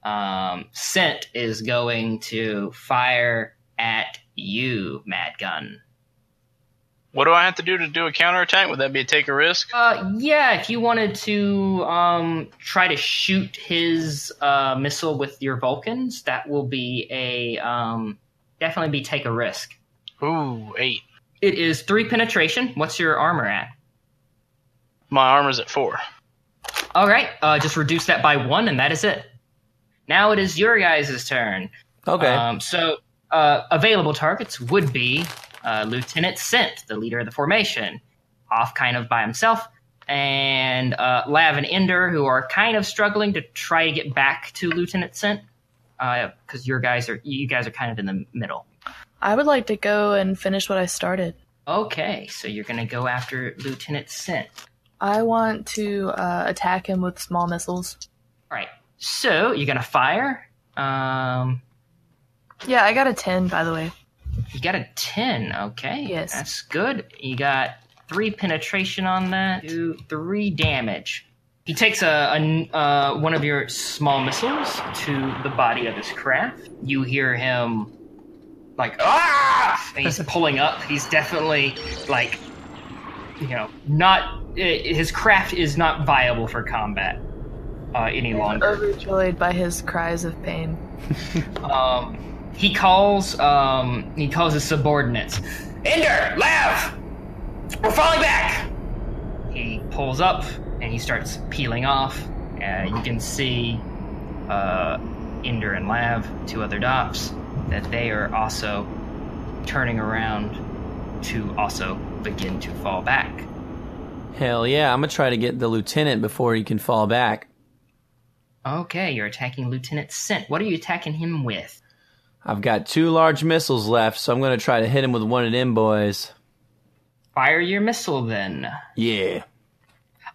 [SPEAKER 3] um, Scent is going to fire at you, Mad Gun.
[SPEAKER 4] What do I have to do to do a counterattack? Would that be a take a risk?
[SPEAKER 3] Uh, yeah, if you wanted to um, try to shoot his uh, missile with your Vulcans, that will be a um, definitely be take a risk.
[SPEAKER 4] Ooh, eight.
[SPEAKER 3] It is three penetration. What's your armor at?
[SPEAKER 4] My armor's at four.
[SPEAKER 3] All right, uh, just reduce that by one, and that is it. Now it is your guys' turn.
[SPEAKER 6] Okay.
[SPEAKER 3] Um, so uh, available targets would be uh, Lieutenant Sint, the leader of the formation, off kind of by himself, and uh, Lav and Ender, who are kind of struggling to try to get back to Lieutenant Sint because your guys are you guys are kind of in the middle.
[SPEAKER 7] I would like to go and finish what I started.
[SPEAKER 3] Okay, so you're gonna go after Lieutenant Sint.
[SPEAKER 7] I want to uh, attack him with small missiles.
[SPEAKER 3] All right, so you're gonna fire. Um,
[SPEAKER 7] Yeah, I got a 10, by the way.
[SPEAKER 3] You got a 10. Okay.
[SPEAKER 7] Yes.
[SPEAKER 3] That's good. You got three penetration on that, two, three damage. He takes a, a n- uh, one of your small missiles to the body of his craft. You hear him like ah, and he's pulling up. He's definitely like you know not i- his craft is not viable for combat uh, any longer.
[SPEAKER 7] Overjoyed by his cries of pain.
[SPEAKER 3] Um, he calls um, he calls his subordinates.
[SPEAKER 13] Ender, Lav, we're falling back.
[SPEAKER 3] He pulls up and he starts peeling off. Uh, you can see uh, Ender and Lav, two other dops, that they are also turning around to also begin to fall back.
[SPEAKER 6] Hell yeah, I'm gonna try to get the lieutenant before he can fall back.
[SPEAKER 3] Okay, you're attacking Lieutenant Scent. What are you attacking him with?
[SPEAKER 6] I've got two large missiles left, so I'm gonna try to hit him with one of them boys.
[SPEAKER 3] Fire your missile then.
[SPEAKER 6] Yeah.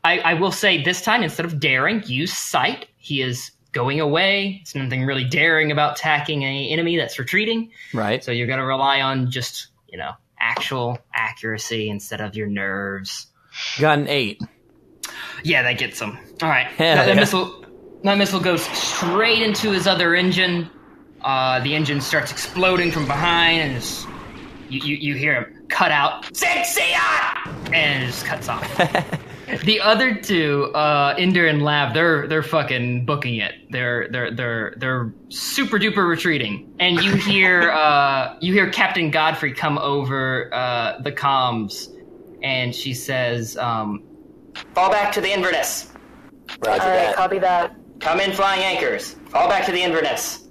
[SPEAKER 3] I, I will say this time, instead of daring, use sight. He is going away. It's nothing really daring about attacking an enemy that's retreating.
[SPEAKER 6] Right.
[SPEAKER 3] So you're going to rely on just, you know, actual accuracy instead of your nerves.
[SPEAKER 6] Got an eight.
[SPEAKER 3] Yeah, that gets him. All right.
[SPEAKER 6] Hell
[SPEAKER 3] that, that
[SPEAKER 6] yeah.
[SPEAKER 3] missile that missile goes straight into his other engine. Uh, the engine starts exploding from behind and it's- you, you, you hear him cut out and it just cuts off. the other two, uh, Ender and Lav, they're they're fucking booking it. They're they're they're they're super duper retreating. And you hear uh, you hear Captain Godfrey come over uh, the comms, and she says, um,
[SPEAKER 13] Fall back to the Inverness. Roger
[SPEAKER 7] All right, copy that.
[SPEAKER 13] Come in flying anchors. Fall back to the Inverness.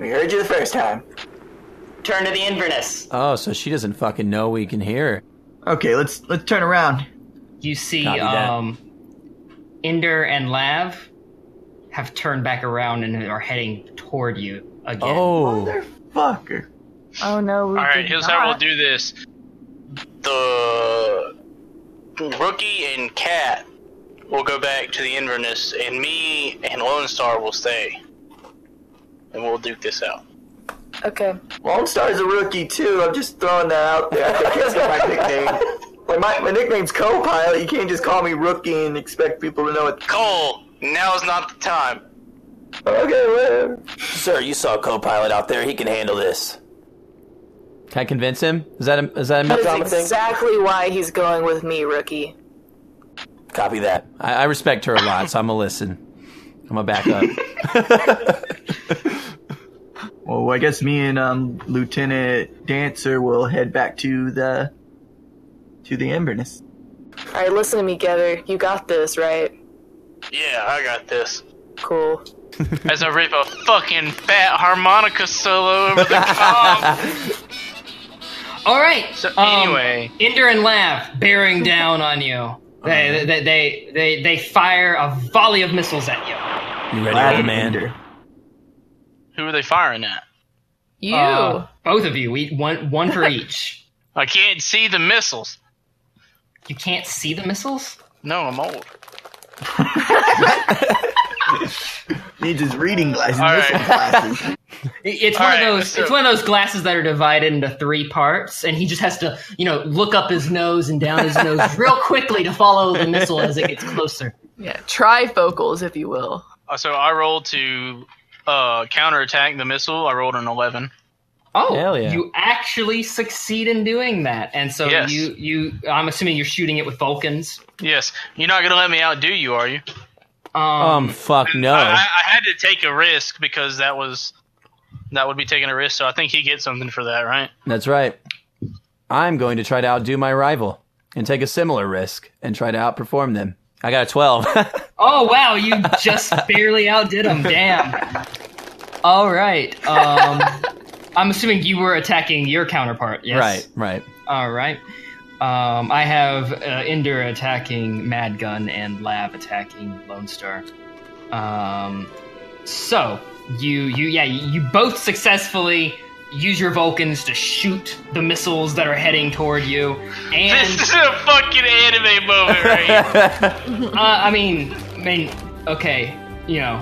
[SPEAKER 5] We heard you the first time.
[SPEAKER 13] Turn to the Inverness.
[SPEAKER 6] Oh, so she doesn't fucking know we can hear.
[SPEAKER 5] Okay, let's let's turn around.
[SPEAKER 3] "You see,
[SPEAKER 6] Copy that.
[SPEAKER 3] um, Ender and Lav have turned back around and are heading toward you again."
[SPEAKER 6] Oh,
[SPEAKER 5] Fucker.
[SPEAKER 7] Oh no, we
[SPEAKER 4] All right,
[SPEAKER 7] did
[SPEAKER 4] here's
[SPEAKER 7] not.
[SPEAKER 4] how we'll do this.
[SPEAKER 14] The rookie and cat will go back to the Inverness, and me and Lone Star will stay, and we'll duke this out.
[SPEAKER 7] Okay.
[SPEAKER 5] Lone Star's a rookie too. I'm just throwing that out there. I think that's my nickname. Like my, my nickname's co-pilot. You can't just call me rookie and expect people to know it.
[SPEAKER 14] Cole, now's not the time.
[SPEAKER 5] Okay, whatever.
[SPEAKER 1] Sir, you saw a co-pilot out there. He can handle this.
[SPEAKER 6] can I convince him? Is that a, is that a miss?
[SPEAKER 1] Drama
[SPEAKER 7] That's
[SPEAKER 1] thing?
[SPEAKER 7] exactly why he's going with me, rookie.
[SPEAKER 1] Copy that.
[SPEAKER 6] I, I respect her a lot, so I'm gonna listen. I'm gonna back up.
[SPEAKER 5] Well, I guess me and um, Lieutenant Dancer will head back to the to the Inverness.
[SPEAKER 7] All right, listen to me, Gather. You got this, right?
[SPEAKER 14] Yeah, I got this.
[SPEAKER 7] Cool.
[SPEAKER 4] As I rip a fucking fat harmonica solo over the comm.
[SPEAKER 3] All right.
[SPEAKER 4] So
[SPEAKER 3] um,
[SPEAKER 4] anyway,
[SPEAKER 3] Ender and Lav bearing down on you.
[SPEAKER 5] Uh-huh.
[SPEAKER 3] They, they, they, they, they fire a volley of missiles at you.
[SPEAKER 15] You ready,
[SPEAKER 5] Glad
[SPEAKER 15] old man?
[SPEAKER 5] Commander.
[SPEAKER 4] who are they firing at?
[SPEAKER 7] You.
[SPEAKER 3] Uh, both of you. We, one, one for each.
[SPEAKER 4] I can't see the missiles.
[SPEAKER 3] You can't see the missiles?
[SPEAKER 4] No, I'm old.
[SPEAKER 5] Needs his reading glasses.
[SPEAKER 4] All right.
[SPEAKER 5] listening glasses.
[SPEAKER 3] It- It's
[SPEAKER 4] All
[SPEAKER 3] one
[SPEAKER 4] right,
[SPEAKER 3] of those.
[SPEAKER 4] so-
[SPEAKER 3] It's one of those glasses that are divided into three parts, and he just has to, you know, look up his nose and down his nose real quickly to follow the missile as it gets closer.
[SPEAKER 7] Yeah, trifocals, if you will.
[SPEAKER 4] Uh, So I rolled to uh, counterattack the missile. I rolled an 11.
[SPEAKER 3] Oh,
[SPEAKER 6] Hell yeah.
[SPEAKER 3] you actually succeed in doing that, and so
[SPEAKER 4] Yes.
[SPEAKER 3] you, you. I'm assuming you're shooting it with Vulcans.
[SPEAKER 4] Yes, you're not gonna let me outdo you, are you?
[SPEAKER 6] um, fuck
[SPEAKER 4] I, I
[SPEAKER 6] no.
[SPEAKER 4] I had to take a risk because that was that would be taking a risk. So I think he gets something for that, right?
[SPEAKER 6] That's right. I'm going to try to outdo my rival and take a similar risk and try to outperform them. I got a twelve.
[SPEAKER 3] Oh wow, you just barely outdid him. Damn. All right. Um, I'm assuming you were attacking your counterpart. Yes.
[SPEAKER 6] Right, right.
[SPEAKER 3] All right. Um, I have uh, Ender attacking Mad Gun and Lab attacking Lone Star. Um, so you you yeah you both successfully use your Vulcans to shoot the missiles that are heading toward you, and
[SPEAKER 4] This is a fucking anime moment right here.
[SPEAKER 3] uh, I mean, I mean, okay, you know,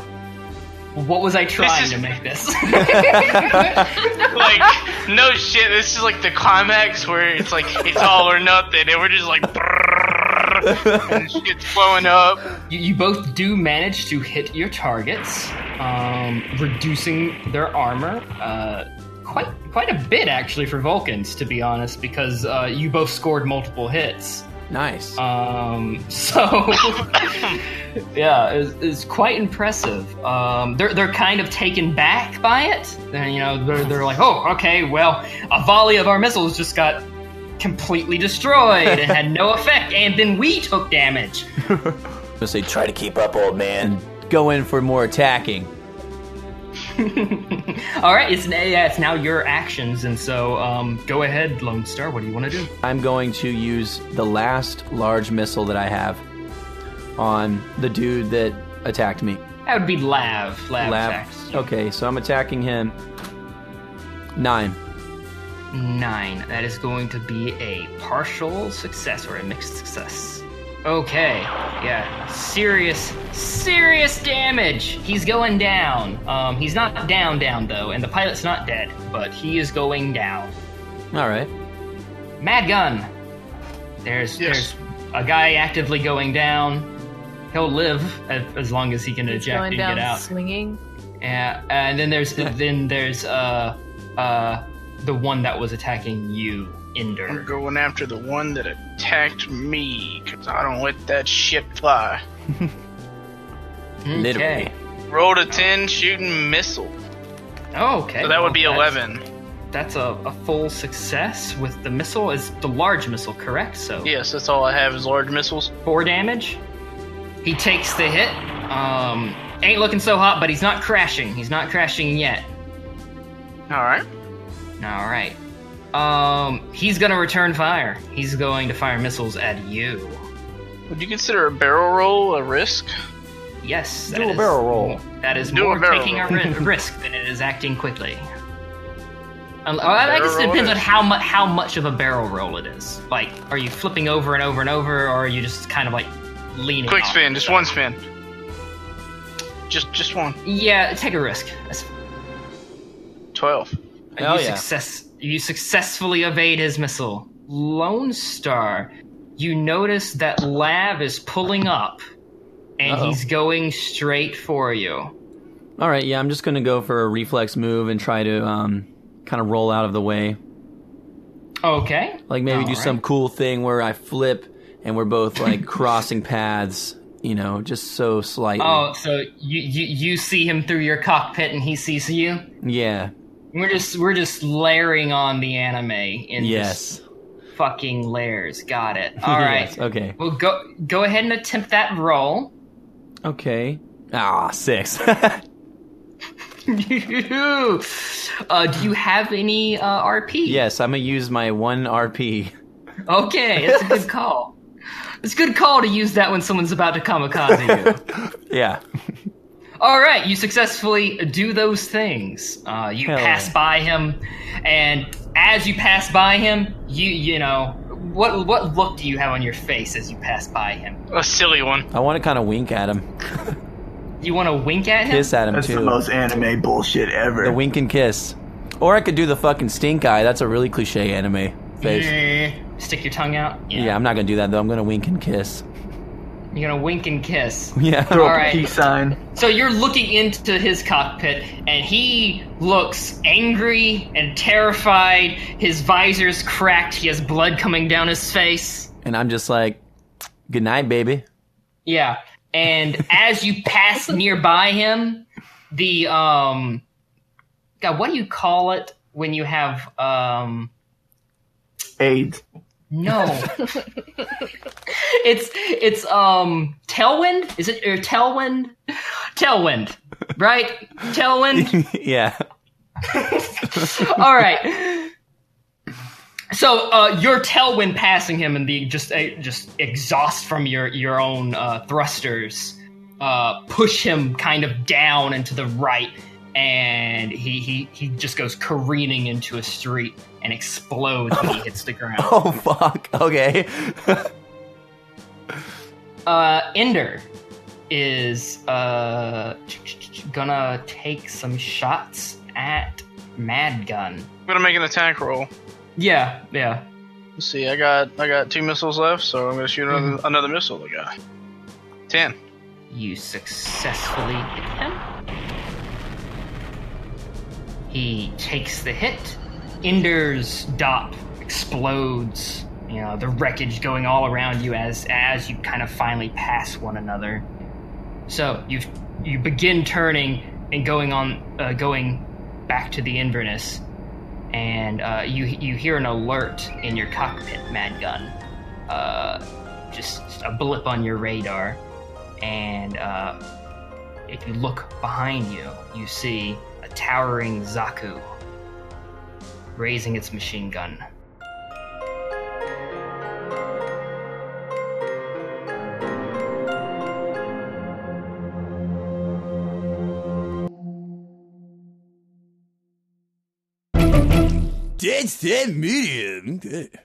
[SPEAKER 3] what was I trying
[SPEAKER 4] is-
[SPEAKER 3] to make this?
[SPEAKER 4] like no shit. This is like the climax where it's like it's all or nothing, and we're just like. brrrr. It's blowing up.
[SPEAKER 3] You, you both do manage to hit your targets, um, reducing their armor uh, quite quite a bit, actually, for Vulcans, to be honest, because uh, you both scored multiple hits.
[SPEAKER 5] Nice.
[SPEAKER 3] Um, so, yeah, it's, it's quite impressive. Um, they're, they're kind of taken back by it. And, you know, they're, they're like, oh, okay, well, a volley of our missiles just got completely destroyed and had no effect, and then we took damage.
[SPEAKER 5] Just say, try to keep up, old man. Go in for more attacking.
[SPEAKER 3] All right, it's, yeah, it's now your actions, and so um, go ahead, Lone Star. What do you want to do?
[SPEAKER 5] I'm going to use the last large missile that I have on the dude that attacked me.
[SPEAKER 3] That would be Lav. Lav,
[SPEAKER 5] Lab-
[SPEAKER 3] attacks.
[SPEAKER 5] Okay, so I'm attacking him. Nine.
[SPEAKER 3] Nine. That is going to be a partial success or a mixed success. Okay. Yeah. Serious, serious damage. He's going down. Um, he's not down, down though, and the pilot's not dead, but he is going down.
[SPEAKER 5] All right.
[SPEAKER 3] Mad Gun. There's
[SPEAKER 4] Yes.
[SPEAKER 3] there's a guy actively going down. He'll live as, as long as he can eject
[SPEAKER 7] Going
[SPEAKER 3] and
[SPEAKER 7] down
[SPEAKER 3] get out.
[SPEAKER 7] swinging.
[SPEAKER 3] Yeah, uh, and then there's then there's uh uh the one that was attacking you,
[SPEAKER 16] I'm
[SPEAKER 3] Ender.
[SPEAKER 16] going after the one that attacked me, because I don't let that shit fly.
[SPEAKER 5] Literally.
[SPEAKER 4] Rolled a 10 shooting missile.
[SPEAKER 3] Oh, okay.
[SPEAKER 4] So that would
[SPEAKER 3] Well,
[SPEAKER 4] be
[SPEAKER 3] that's-
[SPEAKER 4] 11.
[SPEAKER 3] That's a, a full success with the missile. Is the large missile correct? So
[SPEAKER 4] Yes, that's all I have is large missiles.
[SPEAKER 3] four damage. He takes the hit. Um, ain't looking so hot, but he's not crashing. He's not crashing yet.
[SPEAKER 4] Alright.
[SPEAKER 3] All right. Um, he's gonna return fire. He's going to fire missiles at you.
[SPEAKER 4] Would you consider a barrel roll a risk?
[SPEAKER 3] Yes.
[SPEAKER 4] Do
[SPEAKER 3] that
[SPEAKER 4] a
[SPEAKER 3] is
[SPEAKER 4] barrel roll.
[SPEAKER 3] more- that is
[SPEAKER 4] Do a
[SPEAKER 3] more
[SPEAKER 4] barrel
[SPEAKER 3] taking a
[SPEAKER 4] roll.
[SPEAKER 3] ri- risk than it is acting quickly. Um, I I guess it
[SPEAKER 4] Barrel roll
[SPEAKER 3] depends
[SPEAKER 4] it
[SPEAKER 3] on
[SPEAKER 4] is.
[SPEAKER 3] how much how much of a barrel roll it is. Like, are you flipping over and over and over, or are you just kind of like leaning?
[SPEAKER 4] Quick
[SPEAKER 3] off?
[SPEAKER 4] spin, just one spin. Just just one.
[SPEAKER 3] Yeah, take a risk. That's-
[SPEAKER 4] 12.
[SPEAKER 5] Hell
[SPEAKER 3] you
[SPEAKER 5] yeah.
[SPEAKER 3] success you successfully evade his missile. Lone Star, you notice that Lav is pulling up, and
[SPEAKER 5] Uh-oh.
[SPEAKER 3] he's going straight for you.
[SPEAKER 5] All right, yeah, I'm just going to go for a reflex move and try to um, kind of roll out of the way.
[SPEAKER 3] Okay.
[SPEAKER 5] Like maybe do
[SPEAKER 3] All
[SPEAKER 5] some cool thing where I flip and we're both like crossing paths, you know, just so slightly.
[SPEAKER 3] Oh, so you, you you see him through your cockpit and he sees you.
[SPEAKER 5] Yeah.
[SPEAKER 3] We're just we're just layering on the anime in
[SPEAKER 5] Yes.
[SPEAKER 3] just fucking layers. Got it. All right.
[SPEAKER 5] Yes, Okay.
[SPEAKER 3] Well, go go ahead and attempt that roll.
[SPEAKER 5] Okay. Ah, six.
[SPEAKER 3] uh, do you have any uh, RP?
[SPEAKER 5] yes, I'm going to use my one RP.
[SPEAKER 3] Okay, it's a good call. It's a good call to use that when someone's about to kamikaze you.
[SPEAKER 5] Yeah.
[SPEAKER 3] All right, you successfully do those things. Uh, you
[SPEAKER 5] Hell
[SPEAKER 3] pass
[SPEAKER 5] yeah.
[SPEAKER 3] by him, and as you pass by him, you you know what what look do you have on your face as you pass by him?
[SPEAKER 4] A silly one.
[SPEAKER 5] I want to kind of wink at him,
[SPEAKER 3] You want to wink at him?
[SPEAKER 5] kiss at him
[SPEAKER 2] That's
[SPEAKER 5] too.
[SPEAKER 2] the most anime bullshit ever.
[SPEAKER 5] The wink and kiss. Or I could do the fucking stink eye. That's a really cliche anime face.
[SPEAKER 3] Eh, Stick your tongue out.
[SPEAKER 5] Yeah, I'm not going to do that though. I'm going to wink and kiss.
[SPEAKER 3] You're gonna wink and kiss.
[SPEAKER 5] Yeah.
[SPEAKER 2] Throw up
[SPEAKER 3] Alright.
[SPEAKER 2] a peace sign.
[SPEAKER 3] So you're looking into his cockpit, and he looks angry and terrified. His visor's cracked. He has blood coming down his face.
[SPEAKER 5] And I'm just like, good night, baby.
[SPEAKER 3] Yeah. And as you pass nearby him, the um God, what do you call it when you have um
[SPEAKER 2] AIDS.
[SPEAKER 3] no. it's it's um tailwind? Is it or tailwind? Tailwind. Right? Tailwind.
[SPEAKER 5] yeah.
[SPEAKER 3] All right. So uh, your tailwind passing him and the just uh, just exhaust from your your own uh, thrusters uh, push him kind of down and to the right, and he, he he just goes careening into a street and explodes when he hits the ground.
[SPEAKER 5] Oh fuck. Okay.
[SPEAKER 3] Uh, Ender is uh, gonna take some shots at Mad Gun.
[SPEAKER 4] I'm gonna make an attack roll.
[SPEAKER 3] Yeah, yeah.
[SPEAKER 4] Let's see, I got I got two missiles left, so I'm gonna shoot another, another missile at the guy. Ten.
[SPEAKER 3] You successfully hit him. He takes the hit. Ender's dot explodes. You know the wreckage going all around you as as you kind of finally pass one another. So you you begin turning and going on uh, going back to the Inverness, and uh, you you hear an alert in your cockpit, Mad Gun. Uh, just a blip on your radar, and uh, if you look behind you, you see a towering Zaku raising its machine gun.
[SPEAKER 17] Dead Set Medium. Good.